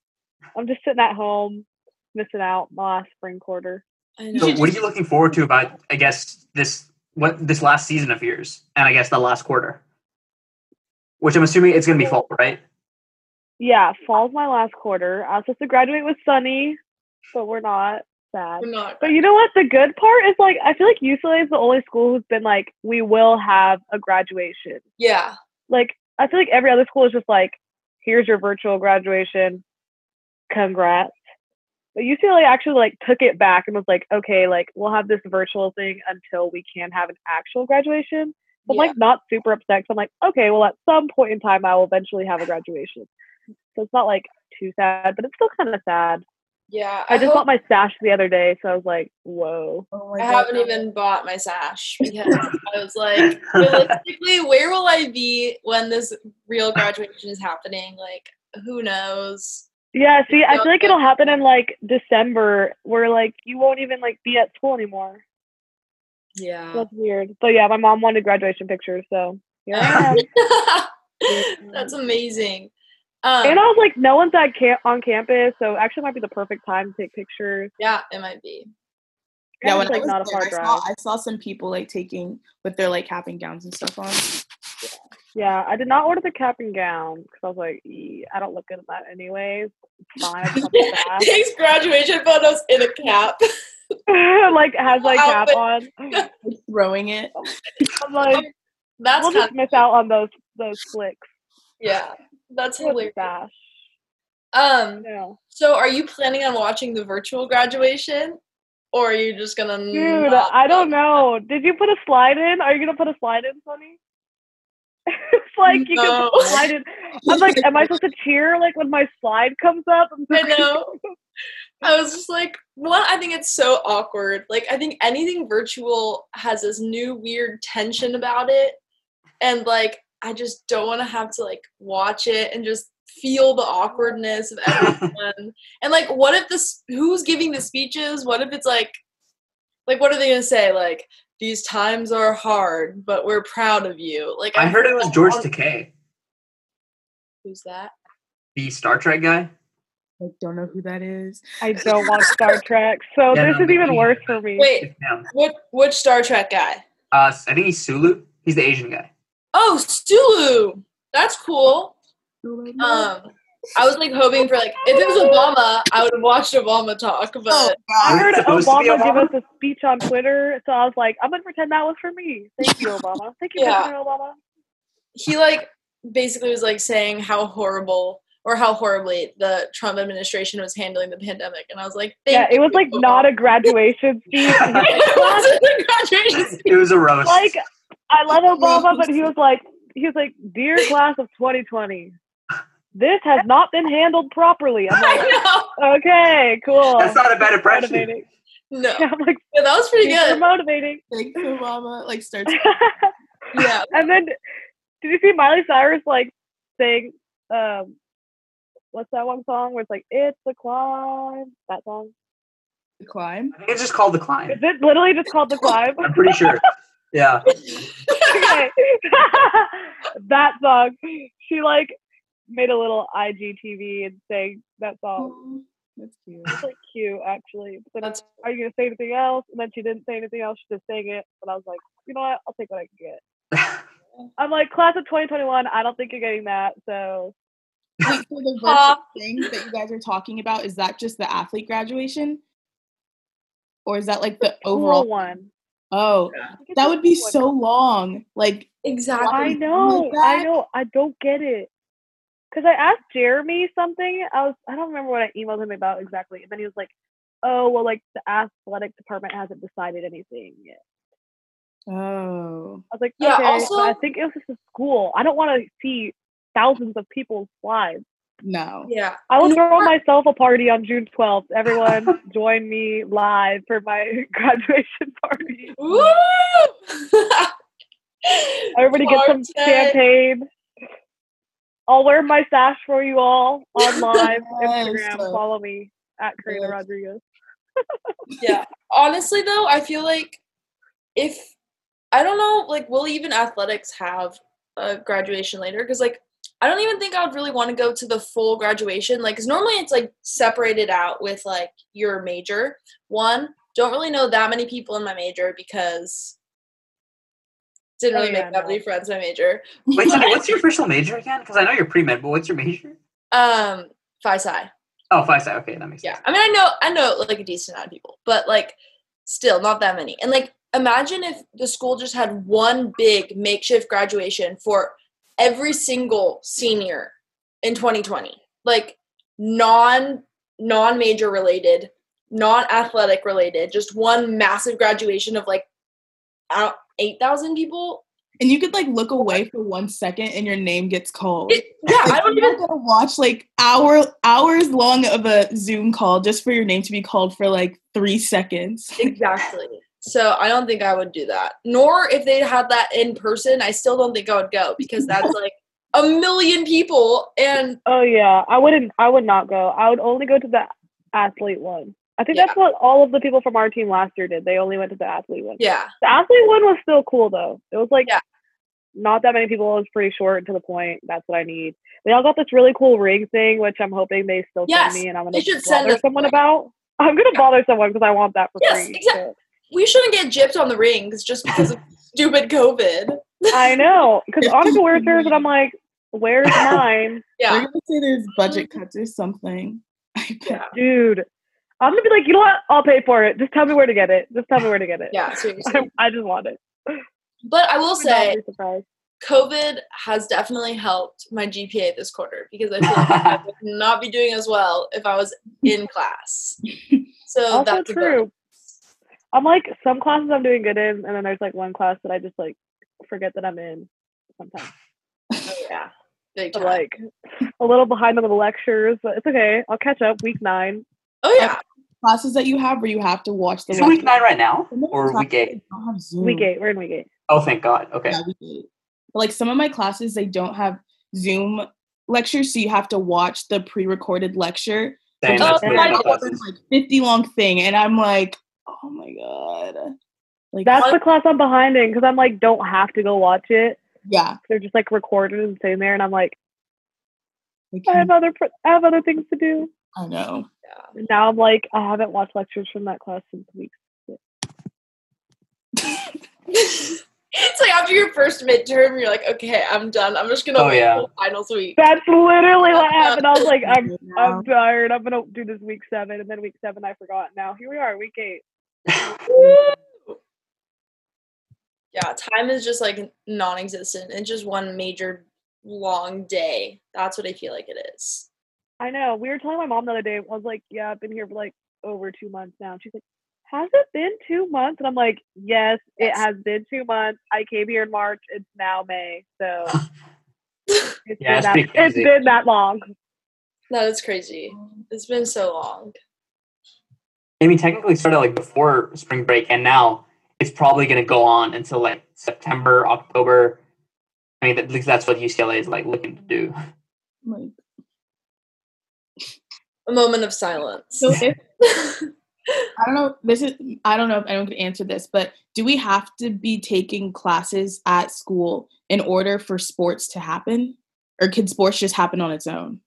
[SPEAKER 4] I'm just sitting at home, missing out my last spring quarter.
[SPEAKER 3] I
[SPEAKER 2] So
[SPEAKER 3] know.
[SPEAKER 2] what are you looking forward to about I guess this what this last season of yours and I guess the last quarter? Which I'm assuming it's gonna be fall, right?
[SPEAKER 4] Yeah, fall's my last quarter. I was supposed to graduate with Sunny, but we're not. Sad.
[SPEAKER 3] We're not.
[SPEAKER 4] But you know what? The good part is like I feel like UCLA is the only school who's been like, we will have a graduation.
[SPEAKER 3] Yeah,
[SPEAKER 4] Like I feel like every other school is just like, here's your virtual graduation. Congrats. But UCLA actually like took it back and was like, okay, like we'll have this virtual thing until we can have an actual graduation. I'm
[SPEAKER 3] yeah.
[SPEAKER 4] like not super upset. 'cause I'm like, okay, well, at some point in time, I will eventually have a graduation. So it's not like too sad, but it's still kind of sad.
[SPEAKER 3] yeah.
[SPEAKER 4] I, just
[SPEAKER 3] hope-
[SPEAKER 4] bought my sash the other day, so I was like, whoa.
[SPEAKER 5] Oh my
[SPEAKER 3] I
[SPEAKER 5] God.
[SPEAKER 3] haven't even bought my sash because I was like, realistically, where will I be when this real graduation is happening? Like, who knows?
[SPEAKER 4] Yeah, see, I
[SPEAKER 3] Yeah.
[SPEAKER 4] feel like it'll happen in like December, where like you won't even like be at school anymore.
[SPEAKER 3] Yeah.
[SPEAKER 4] That's weird. But yeah, my mom wanted graduation pictures, so yeah.
[SPEAKER 3] That's amazing. Um,
[SPEAKER 4] and I was like, no one's at camp on campus, so actually might be the perfect time to take pictures.
[SPEAKER 3] yeah, it might be.
[SPEAKER 5] Yeah, when
[SPEAKER 4] it's like
[SPEAKER 5] I was
[SPEAKER 4] not a
[SPEAKER 5] there,
[SPEAKER 4] far
[SPEAKER 5] I
[SPEAKER 4] drive.
[SPEAKER 5] Saw, I saw some people like taking with their like cap and gowns and stuff on.
[SPEAKER 4] Yeah, I did not order the cap and gown because I was like, "Ee, I don't look good in that anyways. It's fine. I just have the sash.
[SPEAKER 3] Takes graduation photos in a cap.
[SPEAKER 4] like has like cap on.
[SPEAKER 5] Like, throwing it.
[SPEAKER 4] Oh. I'm like,
[SPEAKER 3] That's
[SPEAKER 4] we'll
[SPEAKER 3] kind
[SPEAKER 4] just miss out on those those flicks.
[SPEAKER 3] yeah. That's
[SPEAKER 4] with the
[SPEAKER 3] hilarious.
[SPEAKER 4] sash.
[SPEAKER 3] Um,
[SPEAKER 4] No,
[SPEAKER 3] so are you planning on watching the virtual graduation? Or are you just gonna
[SPEAKER 4] dude,
[SPEAKER 3] not-
[SPEAKER 4] I don't know. Did you put a slide in? Are you gonna put a slide in, Sonny? it's like you
[SPEAKER 5] No.
[SPEAKER 4] can slide it. I'm like, am I supposed to cheer like when my slide comes up? I'm so
[SPEAKER 3] I know. I was just like, one, I think it's so awkward. Like, I think anything virtual has this new weird tension about it. And, like, I just don't want to have to, like, watch it and just feel the awkwardness of everyone. and, like, what if this, who's giving the speeches? What if it's like, like, what are they going to say? Like, these times are hard, but we're proud of you. Like,
[SPEAKER 2] I heard it was George
[SPEAKER 3] Takei.
[SPEAKER 2] Takei,
[SPEAKER 3] Who's that?
[SPEAKER 2] the Star Trek guy.
[SPEAKER 5] I don't know who that is.
[SPEAKER 4] I don't watch Star Trek, so
[SPEAKER 2] Yeah,
[SPEAKER 4] this
[SPEAKER 2] no,
[SPEAKER 4] is
[SPEAKER 2] me
[SPEAKER 4] even
[SPEAKER 2] either.
[SPEAKER 4] worse for me.
[SPEAKER 3] Wait,
[SPEAKER 2] It's him.
[SPEAKER 3] what? Which Star Trek guy?
[SPEAKER 2] Uh, I think he's Sulu. He's the Asian guy.
[SPEAKER 3] Oh, Sulu. That's cool. Um, I was like hoping for like if it was Obama, I would have watched Obama talk, but
[SPEAKER 5] oh
[SPEAKER 4] I
[SPEAKER 5] God.
[SPEAKER 2] Is it
[SPEAKER 4] heard
[SPEAKER 2] supposed to be
[SPEAKER 4] Obama give
[SPEAKER 2] Obama?
[SPEAKER 4] us a speech on Twitter, so I was like, I'm gonna pretend that was for me. Thank you, Obama. Thank you,
[SPEAKER 3] Yeah.
[SPEAKER 4] President Obama.
[SPEAKER 3] he like basically was like saying how horrible or how horribly the Trump administration was handling the pandemic, and I was like,
[SPEAKER 4] Yeah,
[SPEAKER 3] Thank
[SPEAKER 4] it was like not a graduation speech.
[SPEAKER 3] it wasn't a graduation.
[SPEAKER 2] It was a roast.
[SPEAKER 4] like I love Obama,
[SPEAKER 5] Gross.
[SPEAKER 4] but he was like he was like, Dear class of twenty twenty, this has not been handled properly. I'm like,
[SPEAKER 3] I
[SPEAKER 4] Okay, cool.
[SPEAKER 2] That's not a bad impression.
[SPEAKER 4] motivating.
[SPEAKER 3] know. No,
[SPEAKER 4] Yeah, I'm like
[SPEAKER 3] yeah, that was pretty
[SPEAKER 4] these are
[SPEAKER 3] good.
[SPEAKER 4] motivating.
[SPEAKER 5] Thanks, Obama. Like starts.
[SPEAKER 3] Yeah,
[SPEAKER 4] and then did you see Miley Cyrus like saying um what's that one song where it's like it's the climb that song?
[SPEAKER 5] to climb.
[SPEAKER 2] I think it's just called the
[SPEAKER 4] Is
[SPEAKER 2] climb.
[SPEAKER 4] it literally just called the climb?
[SPEAKER 2] I'm pretty sure. Yeah.
[SPEAKER 4] okay. that song. She like made a little IGTV and sang that song.
[SPEAKER 5] That's cute.
[SPEAKER 4] It's like cute actually. But then
[SPEAKER 3] That's-
[SPEAKER 4] are you gonna say anything else? And then she didn't say anything else, she just sang it. But I was like, you know what? I'll take what I can get. I'm like, class of twenty twenty one, I don't think you're getting that, so
[SPEAKER 5] Wait, so the virtual
[SPEAKER 3] Uh,
[SPEAKER 5] thing that you guys are talking about is that just the athlete graduation, or is that like the overall?
[SPEAKER 4] cool one.
[SPEAKER 5] Oh,
[SPEAKER 4] I think it's
[SPEAKER 5] that
[SPEAKER 4] a
[SPEAKER 5] would be
[SPEAKER 4] cool one.
[SPEAKER 5] so long. Like
[SPEAKER 3] exactly.
[SPEAKER 4] I
[SPEAKER 5] like
[SPEAKER 4] know,
[SPEAKER 5] that?
[SPEAKER 4] I know, I don't get it. Cause I asked Jeremy something. I was I don't remember what I emailed him about exactly, and then he was like, "Oh well, like the athletic department hasn't decided anything yet."
[SPEAKER 5] oh,
[SPEAKER 4] I was like,
[SPEAKER 3] Yeah,
[SPEAKER 4] "Okay,
[SPEAKER 3] also-
[SPEAKER 4] but I think it was just a school. I don't want to see thousands of people's slides.
[SPEAKER 5] no.
[SPEAKER 3] Yeah,
[SPEAKER 4] I will
[SPEAKER 3] You
[SPEAKER 4] throw
[SPEAKER 3] know-
[SPEAKER 4] myself a party on June twelfth. Everyone, join me live for my graduation party.
[SPEAKER 3] woo!
[SPEAKER 4] Everybody get some
[SPEAKER 3] Partey.
[SPEAKER 4] champagne. I'll wear my sash for you all on live Instagram.
[SPEAKER 5] Yes.
[SPEAKER 4] Follow me at Karina
[SPEAKER 5] Yes.
[SPEAKER 4] Rodriguez.
[SPEAKER 3] yeah honestly though i feel like if i don't know like will even athletics have a graduation later because like i don't even think i would really want to go to the full graduation like because normally it's like separated out with like your major one don't really know that many people in my major because didn't
[SPEAKER 4] Oh,
[SPEAKER 3] really
[SPEAKER 4] yeah,
[SPEAKER 3] make that
[SPEAKER 4] no.
[SPEAKER 3] many friends in my major
[SPEAKER 2] Wait, Sydney, what's your official major again? Because I know you're pre med, but what's your major?
[SPEAKER 3] um phi sci
[SPEAKER 2] Oh, phi sci. Okay, that makes
[SPEAKER 3] Yeah,
[SPEAKER 2] sense.
[SPEAKER 3] I mean, I know, I know, like a decent amount of people, but like, still not that many. And like, imagine if the school just had one big makeshift graduation for every single senior in 2020, like non non major related, non athletic related, just one massive graduation of like eight thousand people.
[SPEAKER 5] And you could like look away for one second, and your name gets called.
[SPEAKER 3] It, yeah, I
[SPEAKER 5] Like,
[SPEAKER 3] don't
[SPEAKER 5] you're
[SPEAKER 3] even.
[SPEAKER 5] not gonna watch like hour hours long of a Zoom call just for your name to be called for like three seconds.
[SPEAKER 3] Exactly. So I don't think I would do that. Nor if they had that in person, I still don't think I would go because that's like a million people and
[SPEAKER 4] Oh yeah, I wouldn't. I would not go. I would only go to the athlete one. I think that's what all of the people from our team last year did. They only went to the athlete one.
[SPEAKER 3] yeah.
[SPEAKER 4] The athlete one was still cool though. It was like
[SPEAKER 3] Yeah.
[SPEAKER 4] not that many people. It was pretty short and to the point. That's what I need. They all got this really cool ring thing, which I'm hoping they still
[SPEAKER 3] Yes,
[SPEAKER 4] send me, and I'm
[SPEAKER 3] they
[SPEAKER 4] gonna
[SPEAKER 3] should send
[SPEAKER 4] bother
[SPEAKER 3] us
[SPEAKER 4] someone
[SPEAKER 3] the ring.
[SPEAKER 4] about. I'm gonna bother someone because I want that for
[SPEAKER 3] Yes,
[SPEAKER 4] free.
[SPEAKER 3] exact-
[SPEAKER 4] so.
[SPEAKER 3] We shouldn't get gypped on the rings just because of stupid COVID.
[SPEAKER 4] I know because
[SPEAKER 5] There's
[SPEAKER 4] Annika wears
[SPEAKER 5] something
[SPEAKER 4] hers, and I'm like, where's mine,
[SPEAKER 5] They're
[SPEAKER 3] Yeah.
[SPEAKER 5] gonna say there's budget cuts or something. I bet.
[SPEAKER 4] dude? I'm gonna be like, you know what? I'll pay for it. Just tell me where to get it. Just tell me where to get it.
[SPEAKER 3] Yeah, seriously.
[SPEAKER 4] I, I just want it.
[SPEAKER 3] But I will
[SPEAKER 4] Would not
[SPEAKER 3] say
[SPEAKER 4] be surprised.
[SPEAKER 3] COVID has definitely helped my GPA this quarter because I feel like I would not be doing as well if I was in class. So
[SPEAKER 4] also
[SPEAKER 3] that's a
[SPEAKER 4] true.
[SPEAKER 3] bonus.
[SPEAKER 4] I'm like some classes I'm doing good in, and then there's like one class that I just like forget that I'm in sometimes. Yeah.
[SPEAKER 3] Oh, Big
[SPEAKER 4] I'm,
[SPEAKER 3] time.
[SPEAKER 4] like a little behind on the lectures, but it's okay. I'll catch up week nine.
[SPEAKER 3] oh yeah.
[SPEAKER 5] Classes that you have where you have to watch the
[SPEAKER 2] Is it week nine right now or week eight?
[SPEAKER 3] Mm.
[SPEAKER 4] Week eight. We're in week eight.
[SPEAKER 2] Oh, thank God. Okay.
[SPEAKER 5] Yeah, week eight. But, like some of my classes, they don't have Zoom lectures, so you have to watch the pre-recorded lecture.
[SPEAKER 2] Same.
[SPEAKER 5] Oh,
[SPEAKER 2] That's
[SPEAKER 4] yeah.
[SPEAKER 2] weird. No
[SPEAKER 5] Like
[SPEAKER 2] classes.
[SPEAKER 5] 50 long thing, and I'm like, oh my god. Like
[SPEAKER 4] That's
[SPEAKER 5] what-
[SPEAKER 4] the class I'm behind in because I'm like, don't have to go watch it.
[SPEAKER 5] yeah.
[SPEAKER 4] They're just like recorded and sitting there, and I'm like,
[SPEAKER 5] Like,
[SPEAKER 4] I have other pr- I have other things to do.
[SPEAKER 5] I know.
[SPEAKER 4] And now I'm like, I haven't watched lectures from that class since week.
[SPEAKER 3] it's like after your first midterm, you're like, okay, I'm done. I'm just gonna
[SPEAKER 2] Oh,
[SPEAKER 3] wait
[SPEAKER 2] yeah.
[SPEAKER 3] till finals week.
[SPEAKER 4] That's literally what happened. I was like, I'm I'm tired. I'm gonna do this week seven, and then week seven I forgot. Now here we are, week eight.
[SPEAKER 3] Woo! yeah, time is just like non-existent. It's just one major long day. That's what I feel like it is.
[SPEAKER 4] I know. We were telling my mom the other day. I was like, yeah, I've been here for like over two months now. And she's like, has it been two months? And I'm like, yes,
[SPEAKER 3] Yes.
[SPEAKER 4] it has been two months. I came here in March. It's now May. So it's,
[SPEAKER 2] Yeah, it's
[SPEAKER 4] been, that,
[SPEAKER 2] been
[SPEAKER 4] it's
[SPEAKER 2] crazy.
[SPEAKER 4] been that long.
[SPEAKER 3] That is crazy. It's been so long.
[SPEAKER 2] Amy technically started like before spring break, and now it's probably going to go on until like September, October. I mean, at least that's what UCLA is like looking to do.
[SPEAKER 5] Like,
[SPEAKER 3] A moment of silence.
[SPEAKER 5] so if I don't know, this is I don't know if anyone could answer this, but do we have to be taking classes at school in order for sports to happen? Or can sports just happen on its own?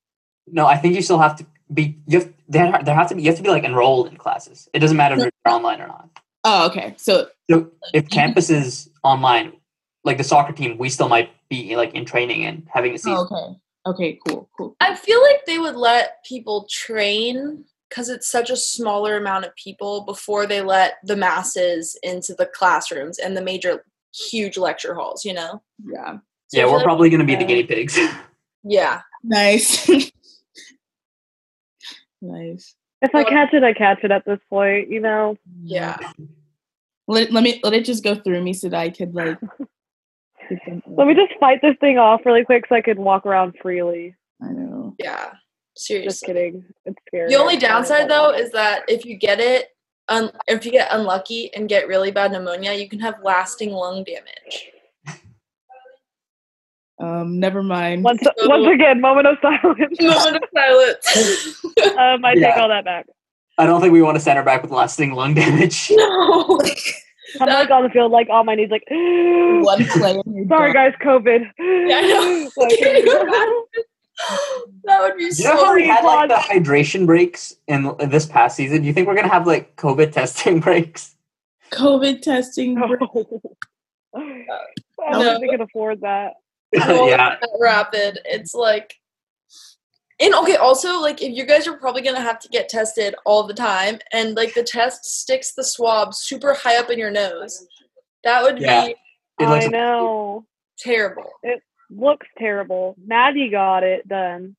[SPEAKER 2] No, I think you still have to be. You have there. There have to be. You have to be like enrolled in classes. It doesn't matter if you're online or not.
[SPEAKER 5] Oh, okay. So
[SPEAKER 2] So if campus is online, like the soccer team, we still might be like in training and having a season.
[SPEAKER 5] oh, okay. Okay, cool, cool.
[SPEAKER 3] I feel like they would let people train because it's such a smaller amount of people before they let the masses into the classrooms and the major huge lecture halls, you know?
[SPEAKER 5] Yeah.
[SPEAKER 3] So I
[SPEAKER 2] yeah,
[SPEAKER 3] feel
[SPEAKER 2] we're
[SPEAKER 3] like-
[SPEAKER 2] probably going to be the
[SPEAKER 4] Yeah.
[SPEAKER 2] guinea pigs.
[SPEAKER 3] yeah.
[SPEAKER 5] Nice. nice.
[SPEAKER 4] If I
[SPEAKER 3] Well-
[SPEAKER 4] catch it, I catch it at this point, you know?
[SPEAKER 3] Yeah.
[SPEAKER 5] Let, let me let it just go through me so that I could like get them
[SPEAKER 4] Let me
[SPEAKER 3] Mm-hmm.
[SPEAKER 5] out.
[SPEAKER 4] just fight this thing off really quick so I can walk around freely.
[SPEAKER 5] I know.
[SPEAKER 3] Yeah.
[SPEAKER 4] Just
[SPEAKER 3] Seriously.
[SPEAKER 4] kidding. It's scary.
[SPEAKER 3] The only
[SPEAKER 4] I'm sorry,
[SPEAKER 3] downside
[SPEAKER 4] but-
[SPEAKER 3] though is that if you get it un- if you get unlucky and get really bad pneumonia, you can have lasting lung damage.
[SPEAKER 5] Um never mind.
[SPEAKER 4] once, once again, moment of silence.
[SPEAKER 3] Moment of silence.
[SPEAKER 4] um, I take
[SPEAKER 2] Yeah.
[SPEAKER 4] all that back.
[SPEAKER 2] I don't think we want to send her back with lasting lung damage.
[SPEAKER 3] no.
[SPEAKER 4] I'm like on the field, like on my knees, like,
[SPEAKER 5] One player. you're
[SPEAKER 4] sorry
[SPEAKER 5] done.
[SPEAKER 4] guys, COVID.
[SPEAKER 3] I know.
[SPEAKER 4] Like-
[SPEAKER 3] Can you imagine? that would be
[SPEAKER 2] You know how
[SPEAKER 3] so
[SPEAKER 2] we had like the
[SPEAKER 4] Pause.
[SPEAKER 2] hydration breaks in, in this past season? Do you think we're gonna have like COVID testing breaks?
[SPEAKER 5] COVID testing.
[SPEAKER 4] No.
[SPEAKER 5] break.
[SPEAKER 4] I don't
[SPEAKER 3] No.
[SPEAKER 4] think they can afford that.
[SPEAKER 3] No, not rapid. It's like and okay, also like if you guys are probably gonna have to get tested all the time and like the test sticks the swab super high up in your nose. That would
[SPEAKER 2] Yeah.
[SPEAKER 3] be
[SPEAKER 2] It looks-
[SPEAKER 4] I know.
[SPEAKER 3] terrible.
[SPEAKER 4] Looks terrible. Maddie got it done.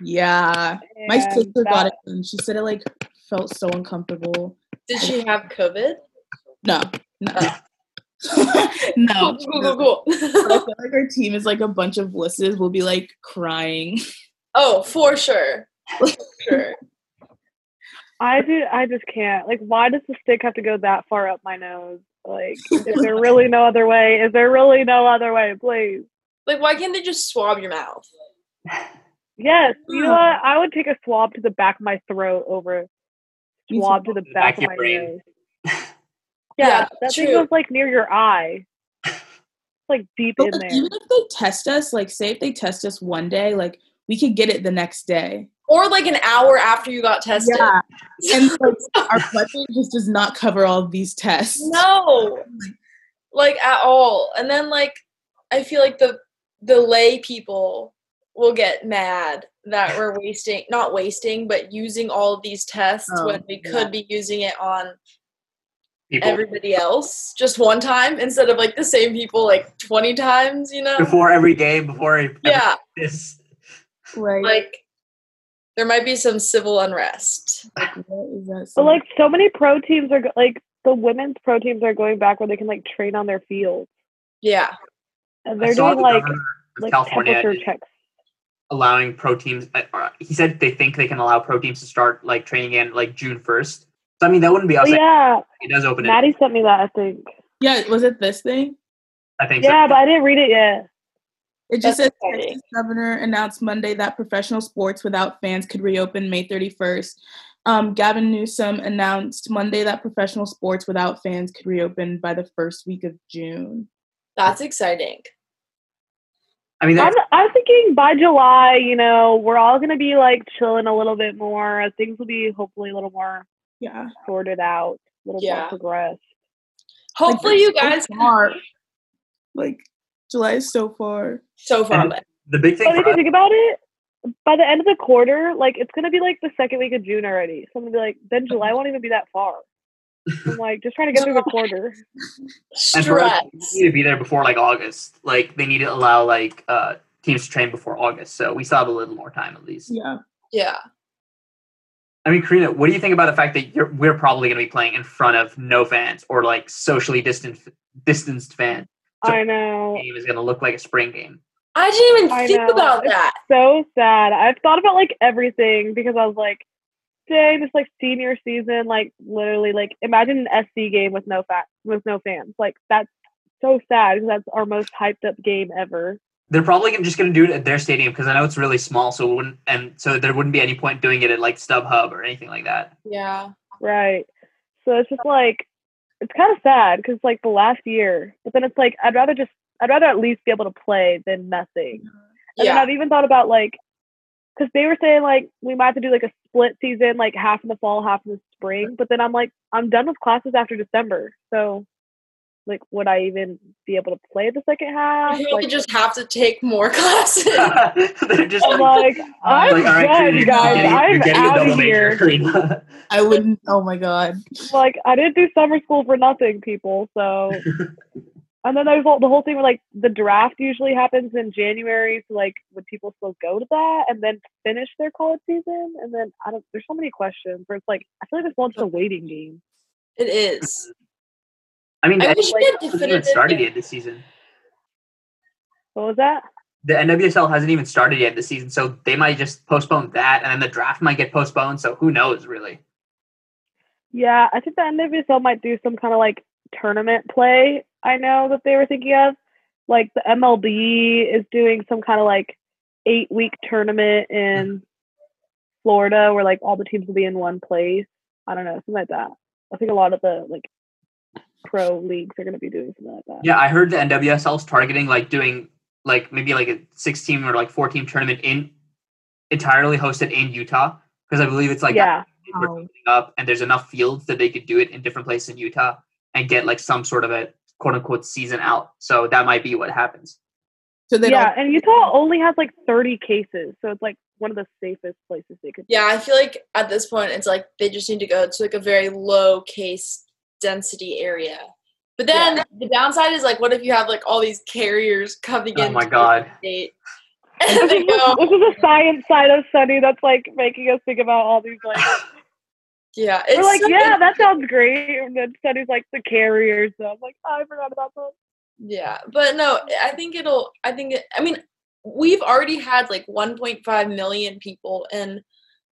[SPEAKER 5] Yeah. My
[SPEAKER 4] and
[SPEAKER 5] sister got
[SPEAKER 4] that-
[SPEAKER 5] it and she said it like felt so uncomfortable.
[SPEAKER 3] Did she have COVID?
[SPEAKER 5] No. No. no.
[SPEAKER 3] Cool, cool, cool,
[SPEAKER 5] I
[SPEAKER 3] cool.
[SPEAKER 5] feel like our team is like a bunch of wusses. We'll be like crying.
[SPEAKER 3] oh, for sure. For sure.
[SPEAKER 4] I do. I just can't. Like, why does the stick have to go that far up my nose? Like, is there really no other way? Is there really no other way? Please.
[SPEAKER 3] Like why can't they just swab your mouth?
[SPEAKER 4] Yes. You know what? I would take a swab to the back of my throat over
[SPEAKER 5] Me too.
[SPEAKER 4] swab to the
[SPEAKER 2] Back
[SPEAKER 4] back, of
[SPEAKER 2] your
[SPEAKER 4] my
[SPEAKER 2] brain.
[SPEAKER 4] nose. Yeah,
[SPEAKER 3] Yeah,
[SPEAKER 4] that thing
[SPEAKER 3] true.
[SPEAKER 4] was like near your eye. It's like deep
[SPEAKER 5] But
[SPEAKER 4] in
[SPEAKER 5] like,
[SPEAKER 4] there.
[SPEAKER 5] even if they test us, like say if they test us one day, like we could get it the next day.
[SPEAKER 3] Or like an hour after you got tested.
[SPEAKER 5] And like, our budget just does not cover all of these tests.
[SPEAKER 3] No, like at all. And then like I feel like the the lay people will get mad that we're wasting not wasting but using all of these tests
[SPEAKER 5] Oh,
[SPEAKER 3] when we could be using it on
[SPEAKER 2] people
[SPEAKER 3] everybody else just one time instead of like the same people like 20 times you know
[SPEAKER 2] before every game, before every
[SPEAKER 3] yeah
[SPEAKER 2] this.
[SPEAKER 5] Like,
[SPEAKER 3] like there might be some civil unrest
[SPEAKER 5] what is that?
[SPEAKER 4] But like so many pro teams are go- like the women's pro teams are going back where they can like train on their fields,
[SPEAKER 3] yeah
[SPEAKER 4] and
[SPEAKER 2] I
[SPEAKER 4] they're
[SPEAKER 2] saw
[SPEAKER 4] doing
[SPEAKER 2] the
[SPEAKER 4] like
[SPEAKER 2] governor- of
[SPEAKER 4] like
[SPEAKER 2] California
[SPEAKER 4] temperature
[SPEAKER 2] is
[SPEAKER 4] checks.
[SPEAKER 2] allowing pro teams. uh, uh, He said they think they can allow pro teams to start like training in like June first. So I mean that wouldn't be
[SPEAKER 4] Oh,
[SPEAKER 2] outside.
[SPEAKER 4] yeah,
[SPEAKER 2] It does open it. up.
[SPEAKER 4] Maddie sent me that. I think.
[SPEAKER 5] Yeah, was it this thing?
[SPEAKER 2] I think.
[SPEAKER 4] Yeah,
[SPEAKER 2] so.
[SPEAKER 4] but I didn't read it yet.
[SPEAKER 5] It
[SPEAKER 3] That's
[SPEAKER 5] just says
[SPEAKER 3] exciting.
[SPEAKER 5] Texas governor announced Monday that professional sports without fans could reopen May 31st. Um, Gavin Newsom announced Monday that professional sports without fans could reopen by the first week of June.
[SPEAKER 3] That's exciting.
[SPEAKER 2] I mean
[SPEAKER 4] I'm,
[SPEAKER 2] that's
[SPEAKER 4] I'm thinking by July, you know, we're all gonna be like chilling a little bit more. Things will be hopefully a little more
[SPEAKER 5] Yeah.
[SPEAKER 4] sorted out, a little
[SPEAKER 3] Yeah.
[SPEAKER 4] more progressed.
[SPEAKER 3] Hopefully, you guys
[SPEAKER 5] so far. Like July is so far.
[SPEAKER 3] so far.
[SPEAKER 2] And- the big thing.
[SPEAKER 4] But if
[SPEAKER 2] For
[SPEAKER 4] you
[SPEAKER 2] us,
[SPEAKER 4] think about it, by the end of the quarter, like it's gonna be like the second week of June already. So I'm gonna be like, then July won't even be that far. I'm like just trying to get through the quarter.
[SPEAKER 2] and for us,
[SPEAKER 3] Stress.
[SPEAKER 2] we need to be there before like August. Like they need to allow like uh teams to train before August. So we still have a little more time at least.
[SPEAKER 5] Yeah.
[SPEAKER 3] Yeah.
[SPEAKER 2] I mean, Karina, what do you think about the fact that you're, we're probably going to be playing in front of no fans or like socially distant distanced fans? So-
[SPEAKER 4] I know.
[SPEAKER 2] Game is going to look like a spring game.
[SPEAKER 3] I didn't even
[SPEAKER 4] I
[SPEAKER 3] think
[SPEAKER 4] know.
[SPEAKER 3] about that.
[SPEAKER 4] so sad. I've thought about like everything because I was like, dang, this like senior season, like literally, like imagine an SC game with no fa- with no fans. Like that's so sad because that's our most hyped up game ever.
[SPEAKER 2] They're probably just going to do it at their stadium because I know it's really small, so it wouldn't and so there wouldn't be any point doing it at like StubHub or anything like that.
[SPEAKER 3] Yeah.
[SPEAKER 4] Right. So it's just like it's kind of sad because like the last year, but then it's like I'd rather just I'd rather at least be able to play than nothing. And then
[SPEAKER 3] Yeah.
[SPEAKER 4] I've even thought about like, because they were saying like we might have to do like a split season, like half in the fall, half in the spring. But then I'm like, I'm done with classes after December, so like, would I even be able to play the second half?
[SPEAKER 3] I feel like
[SPEAKER 4] Like,
[SPEAKER 3] you just have to take more classes.
[SPEAKER 2] They're just
[SPEAKER 4] I'm
[SPEAKER 2] like,
[SPEAKER 4] like, I'm
[SPEAKER 2] like, all right, Karina,
[SPEAKER 4] done,
[SPEAKER 2] you're
[SPEAKER 4] guys.
[SPEAKER 2] getting- you're
[SPEAKER 4] I'm
[SPEAKER 2] getting a
[SPEAKER 4] out
[SPEAKER 2] double
[SPEAKER 4] of
[SPEAKER 2] major,
[SPEAKER 4] here.
[SPEAKER 2] Karina.
[SPEAKER 5] I wouldn't oh my god.
[SPEAKER 4] Like, I didn't do summer school for nothing, people. So. And then there's all, the whole thing with like the draft usually happens in January, so like would people still go to that and then finish their college season? And then I don't. There's so many questions where it's like I feel like this one's a waiting game.
[SPEAKER 3] It is.
[SPEAKER 2] I mean,
[SPEAKER 3] I
[SPEAKER 2] the
[SPEAKER 3] wish we had
[SPEAKER 2] NWSL hasn't even started
[SPEAKER 3] definitive.
[SPEAKER 2] yet this season.
[SPEAKER 4] What was that?
[SPEAKER 2] The NWSL hasn't even started yet this season, so they might just postpone that, and then the draft might get postponed. So who knows, really?
[SPEAKER 4] Yeah, I think the NWSL might do some kind of like tournament play. I know that they were thinking of, like the MLB is doing some kind of like eight week tournament
[SPEAKER 2] Mm.
[SPEAKER 4] in Florida where like all the teams will be in one place. I don't know, something like that. I think a lot of the like pro leagues are going to be doing something like that.
[SPEAKER 2] Yeah, I heard the NWSL's targeting like doing like maybe like a six team or like four team tournament in entirely hosted in Utah because I believe it's like
[SPEAKER 4] yeah,
[SPEAKER 2] we're
[SPEAKER 5] Um,
[SPEAKER 2] opening up and there's enough fields that they could do it in different places in Utah and get like some sort of a quote unquote season out. So that might be what happens.
[SPEAKER 5] So they
[SPEAKER 4] yeah. And Utah only has like 30 cases, so it's like one of the safest places they could.
[SPEAKER 3] Yeah, I feel like at this point it's like they just need to go to like a very low case density area. But then the downside is like what if you have like all these carriers coming
[SPEAKER 2] Oh
[SPEAKER 3] in
[SPEAKER 2] my god.
[SPEAKER 3] state
[SPEAKER 4] This
[SPEAKER 3] and they
[SPEAKER 4] is, the,
[SPEAKER 3] go
[SPEAKER 4] this is the science side of Sunny that's like making us think about all these like
[SPEAKER 3] Yeah, it's
[SPEAKER 4] We're like,
[SPEAKER 3] so-
[SPEAKER 4] yeah, that sounds great. And then Sunny's like the carrier, so I'm like, oh, I forgot about that.
[SPEAKER 3] Yeah, but no, I think it'll. I think. It, I mean, we've already had like 1.5 million people in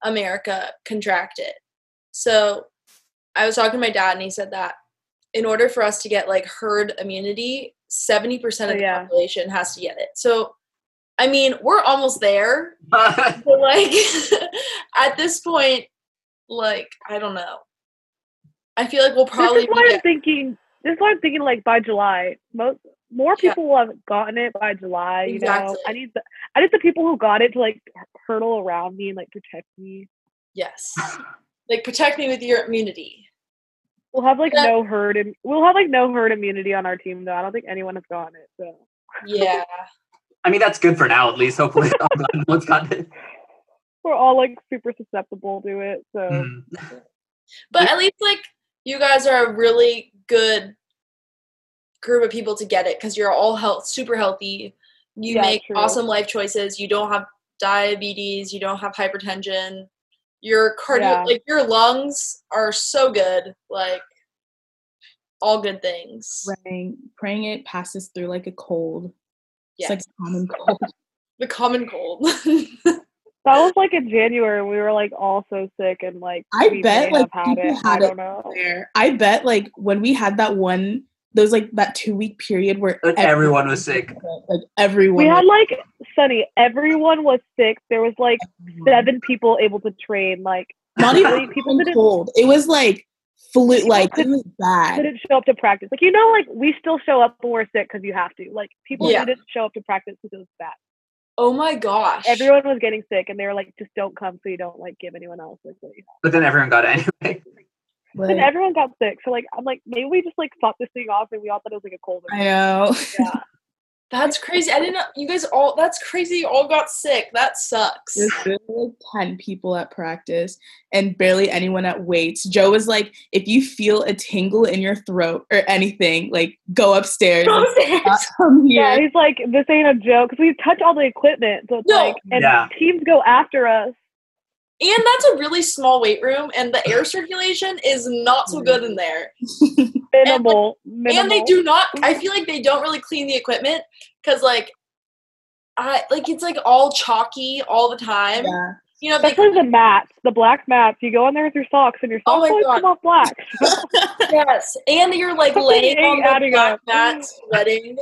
[SPEAKER 3] America contract it. So, I was talking to my dad, and he said that in order for us to get like herd immunity, 70%
[SPEAKER 4] Oh,
[SPEAKER 3] of the
[SPEAKER 4] yeah.
[SPEAKER 3] population has to get it. So, I mean, we're almost there. But like, at this point, like, I don't know. I feel like we'll
[SPEAKER 4] this
[SPEAKER 3] probably
[SPEAKER 4] is why
[SPEAKER 3] be
[SPEAKER 4] I'm thinking. This is why I'm thinking like by July, most more
[SPEAKER 3] Yeah.
[SPEAKER 4] people will have gotten it by July. You know,
[SPEAKER 3] Exactly.
[SPEAKER 4] I need the I need the people who got it to like hurdle around me and like protect me.
[SPEAKER 3] yes. Like protect me with your immunity.
[SPEAKER 4] We'll have like
[SPEAKER 3] Yeah.
[SPEAKER 4] no herd. Im- we'll have like no herd immunity on our team though. I don't think anyone has gotten it. So
[SPEAKER 3] Yeah.
[SPEAKER 2] I mean that's good for now at least. Hopefully I'm glad no one's got it.
[SPEAKER 4] we're all like super susceptible to it. So
[SPEAKER 5] Hmm.
[SPEAKER 2] Mm.
[SPEAKER 3] But at least like you guys are a really good group of people to get it because you're all health super healthy. You
[SPEAKER 4] Yeah,
[SPEAKER 3] make
[SPEAKER 4] true.
[SPEAKER 3] awesome life choices. You don't have diabetes. You don't have hypertension. Your cardio,
[SPEAKER 4] Yeah.
[SPEAKER 3] like your lungs, are so good. Like all good things.
[SPEAKER 5] praying praying it passes through like a cold. It's like common cold.
[SPEAKER 3] the common cold.
[SPEAKER 4] That was like in January. and We were like all so sick and like
[SPEAKER 5] I
[SPEAKER 4] we
[SPEAKER 5] bet,
[SPEAKER 4] may
[SPEAKER 5] like,
[SPEAKER 4] have had
[SPEAKER 5] people
[SPEAKER 4] it. I
[SPEAKER 5] had it
[SPEAKER 4] don't know.
[SPEAKER 5] there. I bet like when we had that one those like that two week period where
[SPEAKER 2] Like, everyone was sick.
[SPEAKER 5] Like everyone
[SPEAKER 4] We had
[SPEAKER 5] was
[SPEAKER 4] like Sunny. Everyone was sick. There was like seven people able to train. Like
[SPEAKER 5] not even
[SPEAKER 4] Like, people
[SPEAKER 5] people
[SPEAKER 4] didn't-
[SPEAKER 5] cold. It was like flu like it was bad.
[SPEAKER 4] didn't show up to practice. Like you know, like we still show up when we're sick because you have to. Like people
[SPEAKER 3] Yeah.
[SPEAKER 4] didn't show up to practice because it was bad.
[SPEAKER 3] oh my gosh.
[SPEAKER 4] Everyone was getting sick, and they were like, "Just don't come, so you don't like give anyone else." Like, what you have."
[SPEAKER 2] But then everyone got it anyway.
[SPEAKER 4] and
[SPEAKER 5] Like,
[SPEAKER 4] everyone got sick. So like, I'm like, maybe we just like fought this thing off, and we all thought it was like a cold. or
[SPEAKER 5] I know.
[SPEAKER 4] something. Yeah.
[SPEAKER 3] That's crazy. I didn't know you guys all that's crazy you all got sick. That sucks.
[SPEAKER 5] There's barely like 10 people at practice and barely anyone at weights. Joe was like, if you feel a tingle in your throat or anything, like go upstairs. Like, not come here.
[SPEAKER 4] Yeah, he's like, this ain't a joke because we touch all the equipment, so it's
[SPEAKER 3] No.
[SPEAKER 4] like, and
[SPEAKER 2] Yeah.
[SPEAKER 4] teams go after us.
[SPEAKER 3] And that's a really small weight room and the air circulation is not so good in there.
[SPEAKER 4] Minimal, minimal.
[SPEAKER 3] And they do not I feel like they don't really clean the equipment cuz like I like it's like all chalky all the time.
[SPEAKER 5] Yeah.
[SPEAKER 3] You know, they
[SPEAKER 4] Especially the mats, the black mats. You go in there with your socks, and your
[SPEAKER 3] Oh
[SPEAKER 4] socks
[SPEAKER 3] my
[SPEAKER 4] always
[SPEAKER 3] God.
[SPEAKER 4] come off black.
[SPEAKER 3] yes. And you're like
[SPEAKER 4] Something
[SPEAKER 3] laying on
[SPEAKER 4] ain't
[SPEAKER 3] the
[SPEAKER 4] adding
[SPEAKER 3] black
[SPEAKER 4] up.
[SPEAKER 3] mat sweating.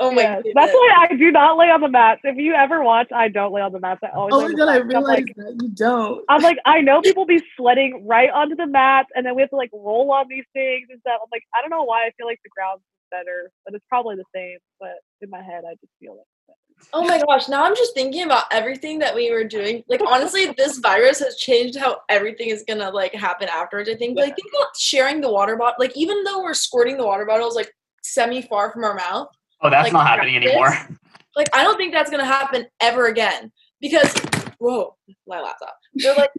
[SPEAKER 3] Oh my
[SPEAKER 4] Yes.
[SPEAKER 3] goodness.
[SPEAKER 4] That's why I do not lay on the mats. If you ever watch, I don't lay on the mats. I always.
[SPEAKER 5] Oh
[SPEAKER 4] lay on
[SPEAKER 5] my
[SPEAKER 4] the
[SPEAKER 5] god, I
[SPEAKER 4] socks. I'm
[SPEAKER 5] realized
[SPEAKER 4] like,
[SPEAKER 5] that you don't.
[SPEAKER 4] I'm like, I know people be sweating right onto the mats, and then we have to like roll on these things and stuff. I'm like, I don't know why I feel like the ground's better, but it's probably the same. But in my head, I just feel like.
[SPEAKER 3] Oh my gosh, now I'm just thinking about everything that we were doing. Like honestly, this virus has changed how everything is gonna like happen afterwards. I think like think about sharing the water bottle. Like even though we're squirting the water bottles like semi far from our mouth,
[SPEAKER 2] Oh, that's
[SPEAKER 3] Like
[SPEAKER 2] not happening
[SPEAKER 3] practice?
[SPEAKER 2] anymore.
[SPEAKER 3] like I don't think that's gonna happen ever again. Because whoa, my laptop. They're like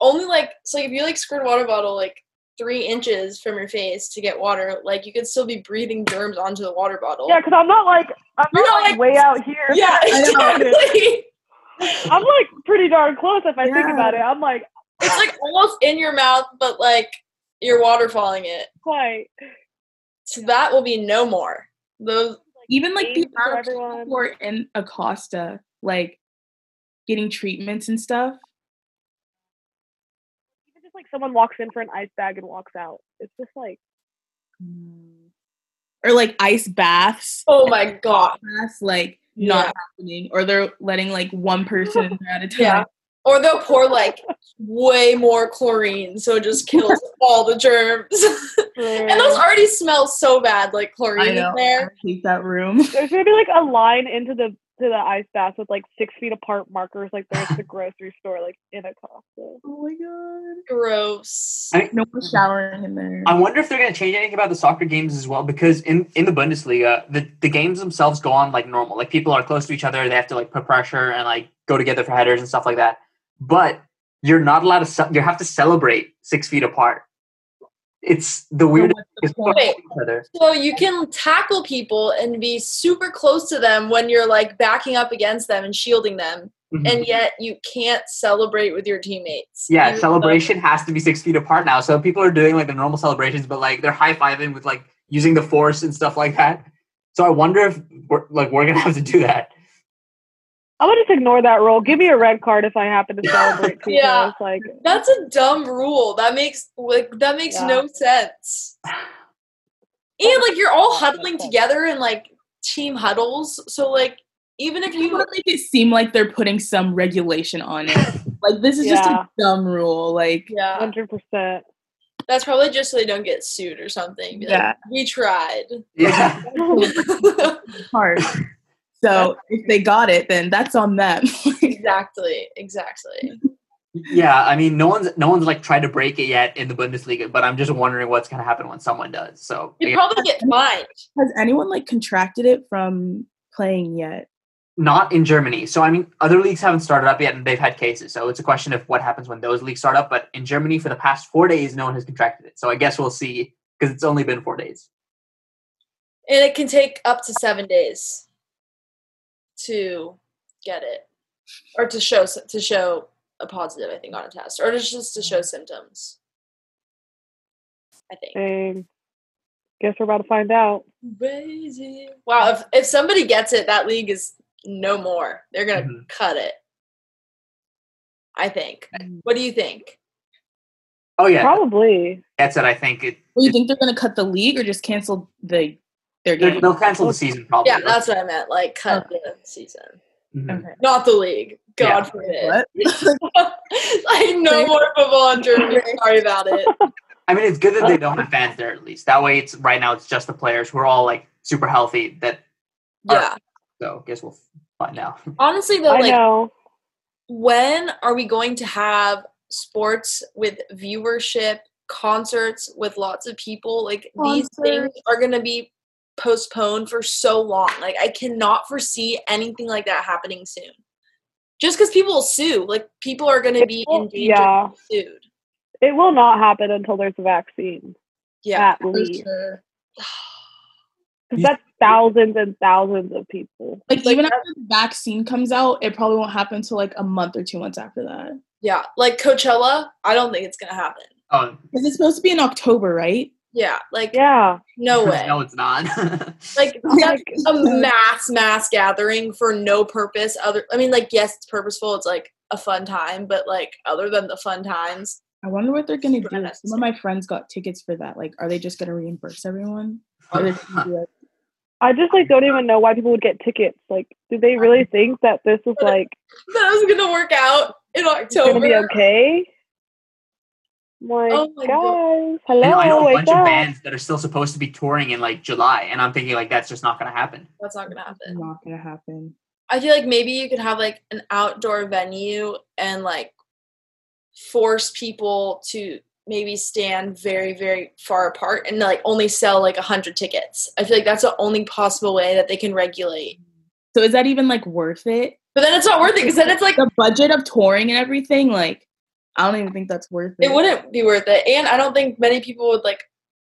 [SPEAKER 3] only like so if you like squirt a water bottle like three inches from your face to get water, like you could still be breathing germs onto the water bottle.
[SPEAKER 4] Yeah, because I'm not like I'm
[SPEAKER 3] You're
[SPEAKER 4] not,
[SPEAKER 3] not, Oh.
[SPEAKER 4] like,
[SPEAKER 3] like-
[SPEAKER 4] way out here.
[SPEAKER 3] yeah, exactly.
[SPEAKER 4] I'm like pretty darn close if I think
[SPEAKER 5] Yeah.
[SPEAKER 4] about it. I'm like
[SPEAKER 3] It's like almost in your mouth, but like you're waterfalling it.
[SPEAKER 4] quite.
[SPEAKER 3] So that will be no more. Those
[SPEAKER 5] Even like the
[SPEAKER 4] Aim for
[SPEAKER 5] amount of people
[SPEAKER 4] everyone.
[SPEAKER 5] who are in Acosta, like getting treatments and stuff.
[SPEAKER 4] Even just like someone walks in for an ice bag and walks out. It's just like
[SPEAKER 5] Or like ice baths.
[SPEAKER 3] oh my god.
[SPEAKER 5] That's like not happening. Or they're letting like one person in there at a time.
[SPEAKER 3] Yeah. Or they'll pour like way more chlorine, so it just kills all the germs. and those already smell so bad, like
[SPEAKER 5] I
[SPEAKER 3] chlorine
[SPEAKER 5] know.
[SPEAKER 3] in
[SPEAKER 5] I
[SPEAKER 3] there.
[SPEAKER 5] hate that room.
[SPEAKER 4] there's gonna be like a line into the to the ice bath with like six feet apart markers like there's the grocery store like in a Costa.
[SPEAKER 5] Oh my god.
[SPEAKER 3] Gross.
[SPEAKER 2] I-
[SPEAKER 5] No one's showering in there.
[SPEAKER 2] I wonder if they're going to change anything about the soccer games as well, because in, in the Bundesliga, the, the games themselves go on like normal. Like people are close to each other, they have to like put pressure and like go together for headers and stuff like that. But you're not allowed to. Ce- you have to celebrate six feet apart. It's the
[SPEAKER 5] So
[SPEAKER 2] weirdest. because
[SPEAKER 5] what's the
[SPEAKER 2] people are
[SPEAKER 5] point?
[SPEAKER 2] close to each other.
[SPEAKER 3] So you can tackle people and be super close to them when you're like backing up against them and shielding them,
[SPEAKER 2] Mhm.
[SPEAKER 3] and yet you can't celebrate with your teammates.
[SPEAKER 2] yeah,
[SPEAKER 3] Even though-
[SPEAKER 2] celebration has to be six feet apart now. So people are doing like the normal celebrations, but like they're high fiving with like using the force and stuff like that. So I wonder if we're, like we're gonna have to do that.
[SPEAKER 4] I'm gonna just ignore that rule. Give me a red card if I happen to celebrate too.
[SPEAKER 3] Yeah.
[SPEAKER 4] So It's like
[SPEAKER 3] That's a dumb rule. That makes like that makes
[SPEAKER 4] Yeah.
[SPEAKER 3] no sense. And like you're all
[SPEAKER 4] Doesn't make
[SPEAKER 3] huddling
[SPEAKER 4] sense.
[SPEAKER 3] together in like team huddles, so like even if
[SPEAKER 5] You
[SPEAKER 3] you
[SPEAKER 5] want to make it seem like they're putting some regulation on it. like this is just
[SPEAKER 4] Yeah.
[SPEAKER 5] a dumb rule. Like
[SPEAKER 3] yeah,
[SPEAKER 4] hundred percent.
[SPEAKER 3] that's probably just so they don't get sued or something. Be like,
[SPEAKER 5] Yeah.
[SPEAKER 3] we tried.
[SPEAKER 2] Yeah,
[SPEAKER 5] hard. So if they got it, then that's on them.
[SPEAKER 3] exactly, exactly.
[SPEAKER 2] yeah. I mean, no one's no one's like tried to break it yet in the Bundesliga, but I'm just wondering what's gonna happen when someone does. So I
[SPEAKER 3] You
[SPEAKER 2] guess
[SPEAKER 3] probably get fined.
[SPEAKER 5] Has anyone like contracted it from playing yet?
[SPEAKER 2] not in Germany. So I mean, other leagues haven't started up yet, and they've had cases. So it's a question of what happens when those leagues start up. But in Germany, for the past four days, no one has contracted it. So I guess we'll see because it's only been four days.
[SPEAKER 3] And it can take up to seven days to get it, or to show to show a positive. I think on a test, or just to show symptoms. I think.
[SPEAKER 4] Dang. Guess we're about to find out.
[SPEAKER 3] Crazy. Wow, if, if somebody gets it, that league is no more. They're going to
[SPEAKER 2] Mhm.
[SPEAKER 3] cut it. I think. What do you think?
[SPEAKER 2] Oh yeah,
[SPEAKER 4] Probably.
[SPEAKER 2] that's it. I think it.
[SPEAKER 5] Well, you think they're going to cut the league or just cancel the their
[SPEAKER 2] They're-
[SPEAKER 5] game?
[SPEAKER 2] They'll cancel the season probably.
[SPEAKER 3] Yeah, that's what I meant. Like, cut the season.
[SPEAKER 2] Mhm.
[SPEAKER 5] Okay.
[SPEAKER 3] Not the league.
[SPEAKER 2] Yeah.
[SPEAKER 3] God forbid. like, no more football in Germany. Sorry about it.
[SPEAKER 2] I mean, it's good that they don't have fans there at least. That way, it's right now. It's just the players. We're all like super healthy. That
[SPEAKER 3] Yeah.
[SPEAKER 2] so. Guess we'll find out.
[SPEAKER 3] Honestly, though,
[SPEAKER 4] I
[SPEAKER 3] like,
[SPEAKER 4] know.
[SPEAKER 3] when are we going to have sports with viewership concerts with lots of people like these things are going to be postponed for so long like i cannot foresee anything like that happening soon just because people will sue like people are going to be in danger of
[SPEAKER 4] yeah.
[SPEAKER 3] being sued
[SPEAKER 4] It will not happen until there's a vaccine.
[SPEAKER 3] yeah
[SPEAKER 4] At least.
[SPEAKER 5] sure.
[SPEAKER 4] Because that's thousands and thousands of people.
[SPEAKER 5] Like,
[SPEAKER 3] Like,
[SPEAKER 5] even after the vaccine comes out, it probably won't happen until like a month or two months after that.
[SPEAKER 3] yeah like coachella i don't think it's going to happen
[SPEAKER 2] Oh
[SPEAKER 5] Because it's supposed to be in October, right?
[SPEAKER 3] yeah like
[SPEAKER 4] Yeah.
[SPEAKER 3] no way
[SPEAKER 2] no, it's not.
[SPEAKER 3] like
[SPEAKER 5] Oh my
[SPEAKER 3] that's a mass mass gathering for no purpose other i mean like yes it's purposeful it's like a fun time but like other than the fun times
[SPEAKER 5] I wonder what they're gonna do.
[SPEAKER 3] Right.
[SPEAKER 5] Some of my friends got tickets for that. Like, are they just gonna reimburse everyone? Or they're just gonna be like,
[SPEAKER 4] I just like don't even know why people would get tickets. Like, do they really think that this is like
[SPEAKER 3] that was gonna work out in
[SPEAKER 4] gonna
[SPEAKER 3] october
[SPEAKER 4] be okay? My
[SPEAKER 3] Oh my
[SPEAKER 4] guys,
[SPEAKER 3] God.
[SPEAKER 2] And I know
[SPEAKER 4] hello,
[SPEAKER 2] a
[SPEAKER 4] wake
[SPEAKER 2] bunch of
[SPEAKER 4] up!
[SPEAKER 2] bands that are still supposed to be touring in like July, and I'm thinking like that's just not going to happen.
[SPEAKER 3] that's not gonna
[SPEAKER 5] "It's
[SPEAKER 3] happen
[SPEAKER 5] not gonna happen.
[SPEAKER 3] i feel like maybe you could have like an outdoor venue and like force people to maybe stand very very far apart and like only sell like 100 tickets i feel like that's the only possible way that they can regulate
[SPEAKER 5] So is that even like worth it?
[SPEAKER 3] but then it's not worth it because then it's like
[SPEAKER 5] The budget of touring and everything, like, I don't even think that's worth it.
[SPEAKER 3] it wouldn't be worth it and i don't think many people would like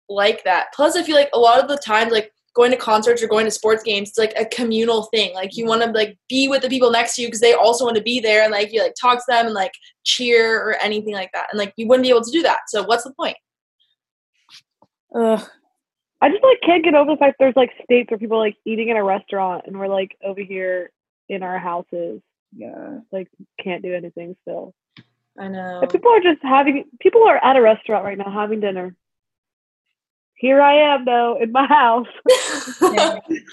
[SPEAKER 3] like that plus i feel like a lot of the time like going to concerts or going to sports games it's like a communal thing like you want to like be with the people next to you because they also want to be there and like you like talk to them and like cheer or anything like that and like you wouldn't be able to do that so what's the point
[SPEAKER 5] Ugh.
[SPEAKER 4] I just like can't get over the fact there's like states where people are, like eating in a restaurant and we're like over here in our houses
[SPEAKER 5] Yeah.
[SPEAKER 4] can't do anything still.
[SPEAKER 3] i know
[SPEAKER 4] But
[SPEAKER 2] Oh.
[SPEAKER 4] people are just having people are at a restaurant right now having dinner. Here I am though in my house.
[SPEAKER 3] honestly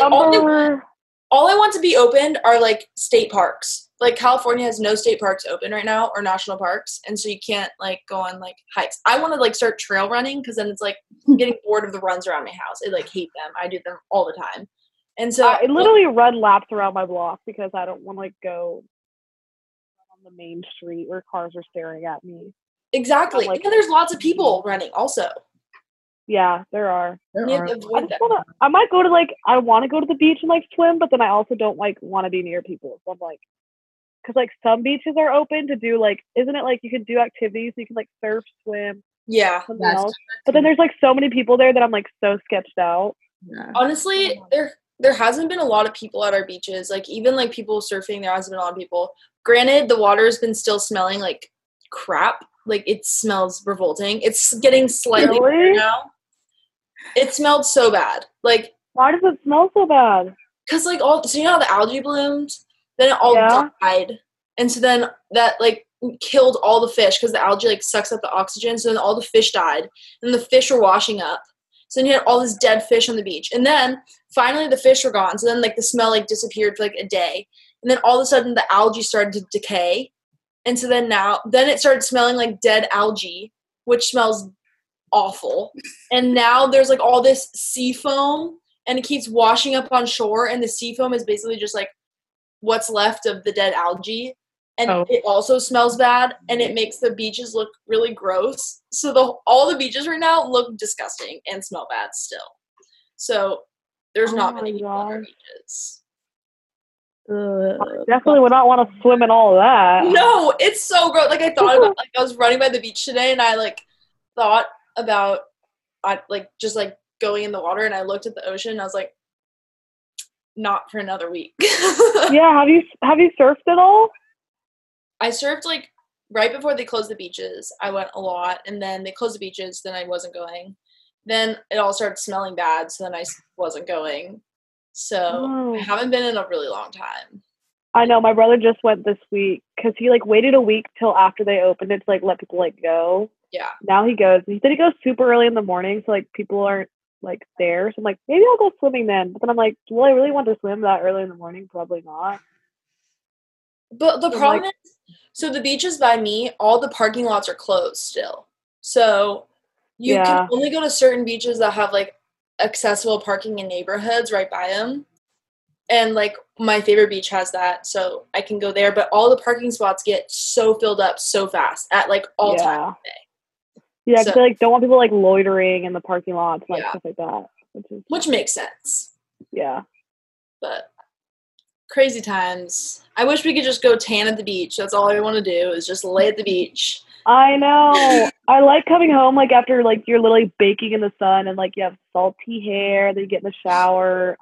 [SPEAKER 2] Oh
[SPEAKER 3] all they-
[SPEAKER 4] Number-
[SPEAKER 3] all I want to be opened are like state parks. Like California has no state parks open right now or national parks, and so you can't like go on like hikes. I want to like start trail running because then it's like
[SPEAKER 4] Hmm.
[SPEAKER 3] I'm getting bored of the runs around my house. I like hate them. I do them all the time, and so
[SPEAKER 4] I literally run laps around my block because I don't want to like go on the main street where cars are staring at me.
[SPEAKER 3] exactly.
[SPEAKER 4] I'm like-
[SPEAKER 3] and there's lots of people running also.
[SPEAKER 4] Yeah, there are.
[SPEAKER 5] There
[SPEAKER 3] You have
[SPEAKER 5] are
[SPEAKER 3] to
[SPEAKER 4] I
[SPEAKER 3] avoid
[SPEAKER 4] just
[SPEAKER 3] them.
[SPEAKER 4] wanna. I might go to like. I want to go to the beach and like swim, but then I also don't like want to be near people. So I'm like, because like some beaches are open to do like, isn't it like you can do activities? you can like surf, swim,
[SPEAKER 3] Yeah,
[SPEAKER 4] something
[SPEAKER 5] That's
[SPEAKER 4] else. But then there's like so many people there that I'm like so sketched out.
[SPEAKER 5] yeah.
[SPEAKER 3] honestly, there there hasn't been a lot of people at our beaches. Like even like people surfing, there hasn't been a lot of people. Granted, the water's been still smelling like crap. Like it smells revolting. It's getting slightly better
[SPEAKER 4] Really?
[SPEAKER 3] now. It smelled so bad. Like
[SPEAKER 4] Why does it smell so bad?
[SPEAKER 3] cause like all so you know how the algae bloomed, then it all
[SPEAKER 4] Yeah.
[SPEAKER 3] died, and so then that like killed all the fish because the algae like sucks up the oxygen. So then all the fish died, and the fish were washing up. So then you had all this dead fish on the beach, and then finally the fish were gone. So then like the smell like disappeared for like a day, and then all of a sudden the algae started to decay, and so then now then it started smelling like dead algae, which smells awful. And now there's like all this sea foam, and it keeps washing up on shore, and the sea foam is basically just like what's left of the dead algae and
[SPEAKER 5] Oh.
[SPEAKER 3] it also smells bad and it makes the beaches look really gross so the all the beaches right now look disgusting and smell bad still so there's
[SPEAKER 4] Oh
[SPEAKER 3] not
[SPEAKER 4] my
[SPEAKER 3] many people on our
[SPEAKER 4] gosh.
[SPEAKER 3] beaches
[SPEAKER 5] Ugh.
[SPEAKER 4] Definitely would not want to swim in all of that.
[SPEAKER 3] no it's so gross like i thought about like i was running by the beach today and i like thought about I, like just like going in the water and i looked at the ocean and i was like not for another week
[SPEAKER 4] Yeah, have you have you surfed at all?
[SPEAKER 3] I surfed like right before they closed the beaches. I went a lot, and then they closed the beaches. Then I wasn't going, then it all started smelling bad. So then I s- wasn't going. So I
[SPEAKER 4] Oh.
[SPEAKER 3] haven't been in a really long time.
[SPEAKER 4] I know my brother just went this week because he like waited a week till after they opened it to like let people like go.
[SPEAKER 3] Yeah.
[SPEAKER 4] Now he goes. He said he goes super early in the morning, so like people aren't like there. So I'm like, maybe I'll go swimming then. But then I'm like, will I really want to swim that early in the morning? Probably not.
[SPEAKER 3] But the
[SPEAKER 4] So,
[SPEAKER 3] problem is, so the beaches by me, all the parking lots are closed still. So you
[SPEAKER 4] Yeah.
[SPEAKER 3] can only go to certain beaches that have like accessible parking in neighborhoods right by them. And like my favorite beach has that, so I can go there. But all the parking spots get so filled up so fast at like all
[SPEAKER 4] yeah.
[SPEAKER 3] times.
[SPEAKER 4] Yeah, 'cause
[SPEAKER 3] So-
[SPEAKER 4] they like don't want people like loitering in the parking lots, and, like
[SPEAKER 3] Yeah.
[SPEAKER 4] stuff like that. Which is
[SPEAKER 3] which makes sense.
[SPEAKER 4] yeah.
[SPEAKER 3] But crazy times. I wish we could just go tan at the beach. That's all I want to do is just lay at the beach.
[SPEAKER 4] I know. I like coming home like after like you're literally baking in the sun and like you have salty hair, then you get in the shower.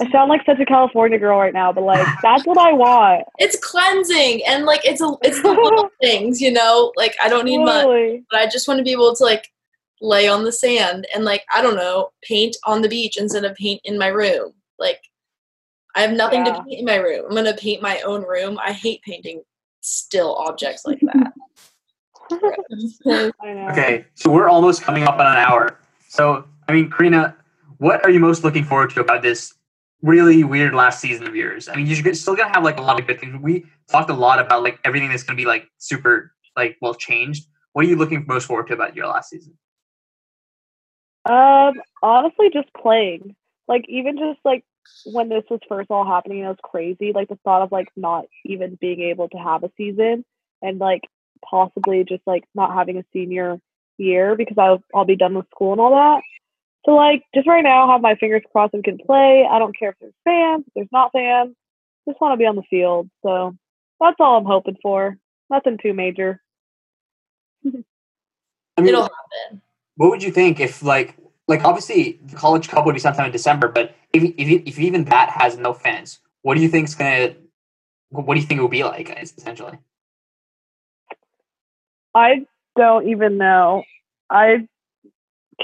[SPEAKER 4] I sound like such a California girl right now, but like that's what I want.
[SPEAKER 3] It's cleansing and like it's a it's the little things, you know. Like I don't need much,
[SPEAKER 4] Literally.
[SPEAKER 3] but I just want to be able to like lay on the sand and like I don't know, paint on the beach instead of paint in my room. Like I have nothing
[SPEAKER 4] Yeah.
[SPEAKER 3] to paint in my room. I'm gonna paint my own room. I hate painting still objects like that.
[SPEAKER 4] I know.
[SPEAKER 2] Okay, so we're almost coming up on an hour. So, I mean, Karina, what are you most looking forward to about this really weird last season of yours? I mean, you're g- still gonna have like a lot of good things. We talked a lot about like everything that's gonna be like super like well changed. What are you looking most forward to about your last season?
[SPEAKER 4] Um, honestly, just playing. Like even just like when this was first all happening, it was crazy. Like the thought of like not even being able to have a season and like possibly just like not having a senior year because I'll I'll be done with school and all that. So like just right now, I have my fingers crossed and can play. I don't care if there's fans, if there's not fans. Just want to be on the field. So that's all I'm hoping for. Nothing too major.
[SPEAKER 2] I mean,
[SPEAKER 3] It'll happen.
[SPEAKER 2] what would you think if like like obviously the college cup would be sometime in december but if if, if even that has no fans what do you think's gonna what do you think it would be like guys essentially
[SPEAKER 4] I don't even know. I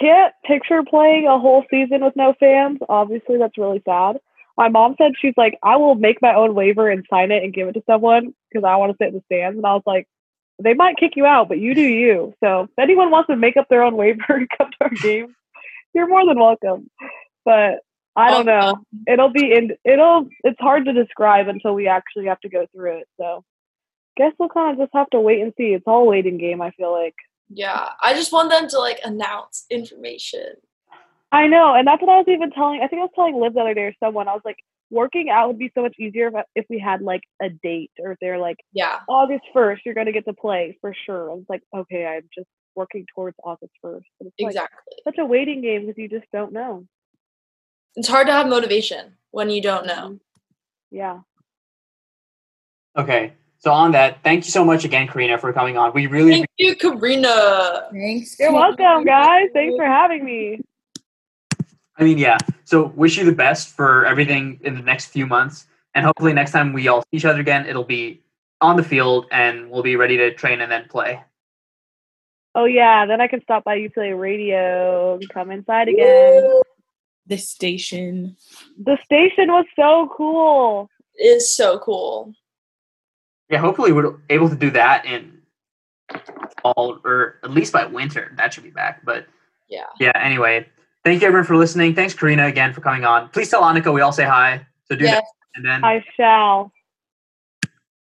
[SPEAKER 4] can't picture playing a whole season with no fans. Obviously, that's really sad. My mom said she's like, I will make my own waiver and sign it and give it to someone because I want to sit in the stands. And I was like, they might kick you out, but you do you. So if anyone wants to make up their own waiver to come to our game, you're more than welcome. But I don't know. It'll be in. It'll. It's hard to describe until we actually have to go through it. So guess we'll kind of just have to wait and see. It's all a waiting game. I feel like.
[SPEAKER 3] Yeah, I just want them to like announce information.
[SPEAKER 4] I know, and that's what I was even telling. I think I was telling Liv the other day or someone. I was like, working out would be so much easier if, if we had like a date or if they're like
[SPEAKER 3] Yeah,
[SPEAKER 4] August first, you're gonna get to play for sure. I was like, okay, I'm just working towards August first. It's like
[SPEAKER 3] exactly.
[SPEAKER 4] such a waiting game because you just don't know.
[SPEAKER 3] It's hard to have motivation when you don't know.
[SPEAKER 4] Um, Yeah.
[SPEAKER 2] okay so on that thank you so much again karina for coming on we really
[SPEAKER 3] Thank you, Karina.
[SPEAKER 5] Thanks.
[SPEAKER 4] You're welcome, guys. Thanks for having me.
[SPEAKER 2] i mean yeah so wish you the best for everything in the next few months and hopefully next time we all see each other again it'll be on the field and we'll be ready to train and then play
[SPEAKER 4] Oh yeah, then I can stop by UCLA Radio and come inside again.
[SPEAKER 5] The station.
[SPEAKER 4] The station was so cool.
[SPEAKER 3] It is so cool.
[SPEAKER 2] yeah hopefully we're able to do that in fall or at least by winter that should be back but
[SPEAKER 3] Yeah.
[SPEAKER 2] yeah anyway thank you everyone for listening thanks karina again for coming on please tell annika we all say hi so do
[SPEAKER 3] Yeah.
[SPEAKER 2] that and then
[SPEAKER 4] I shall.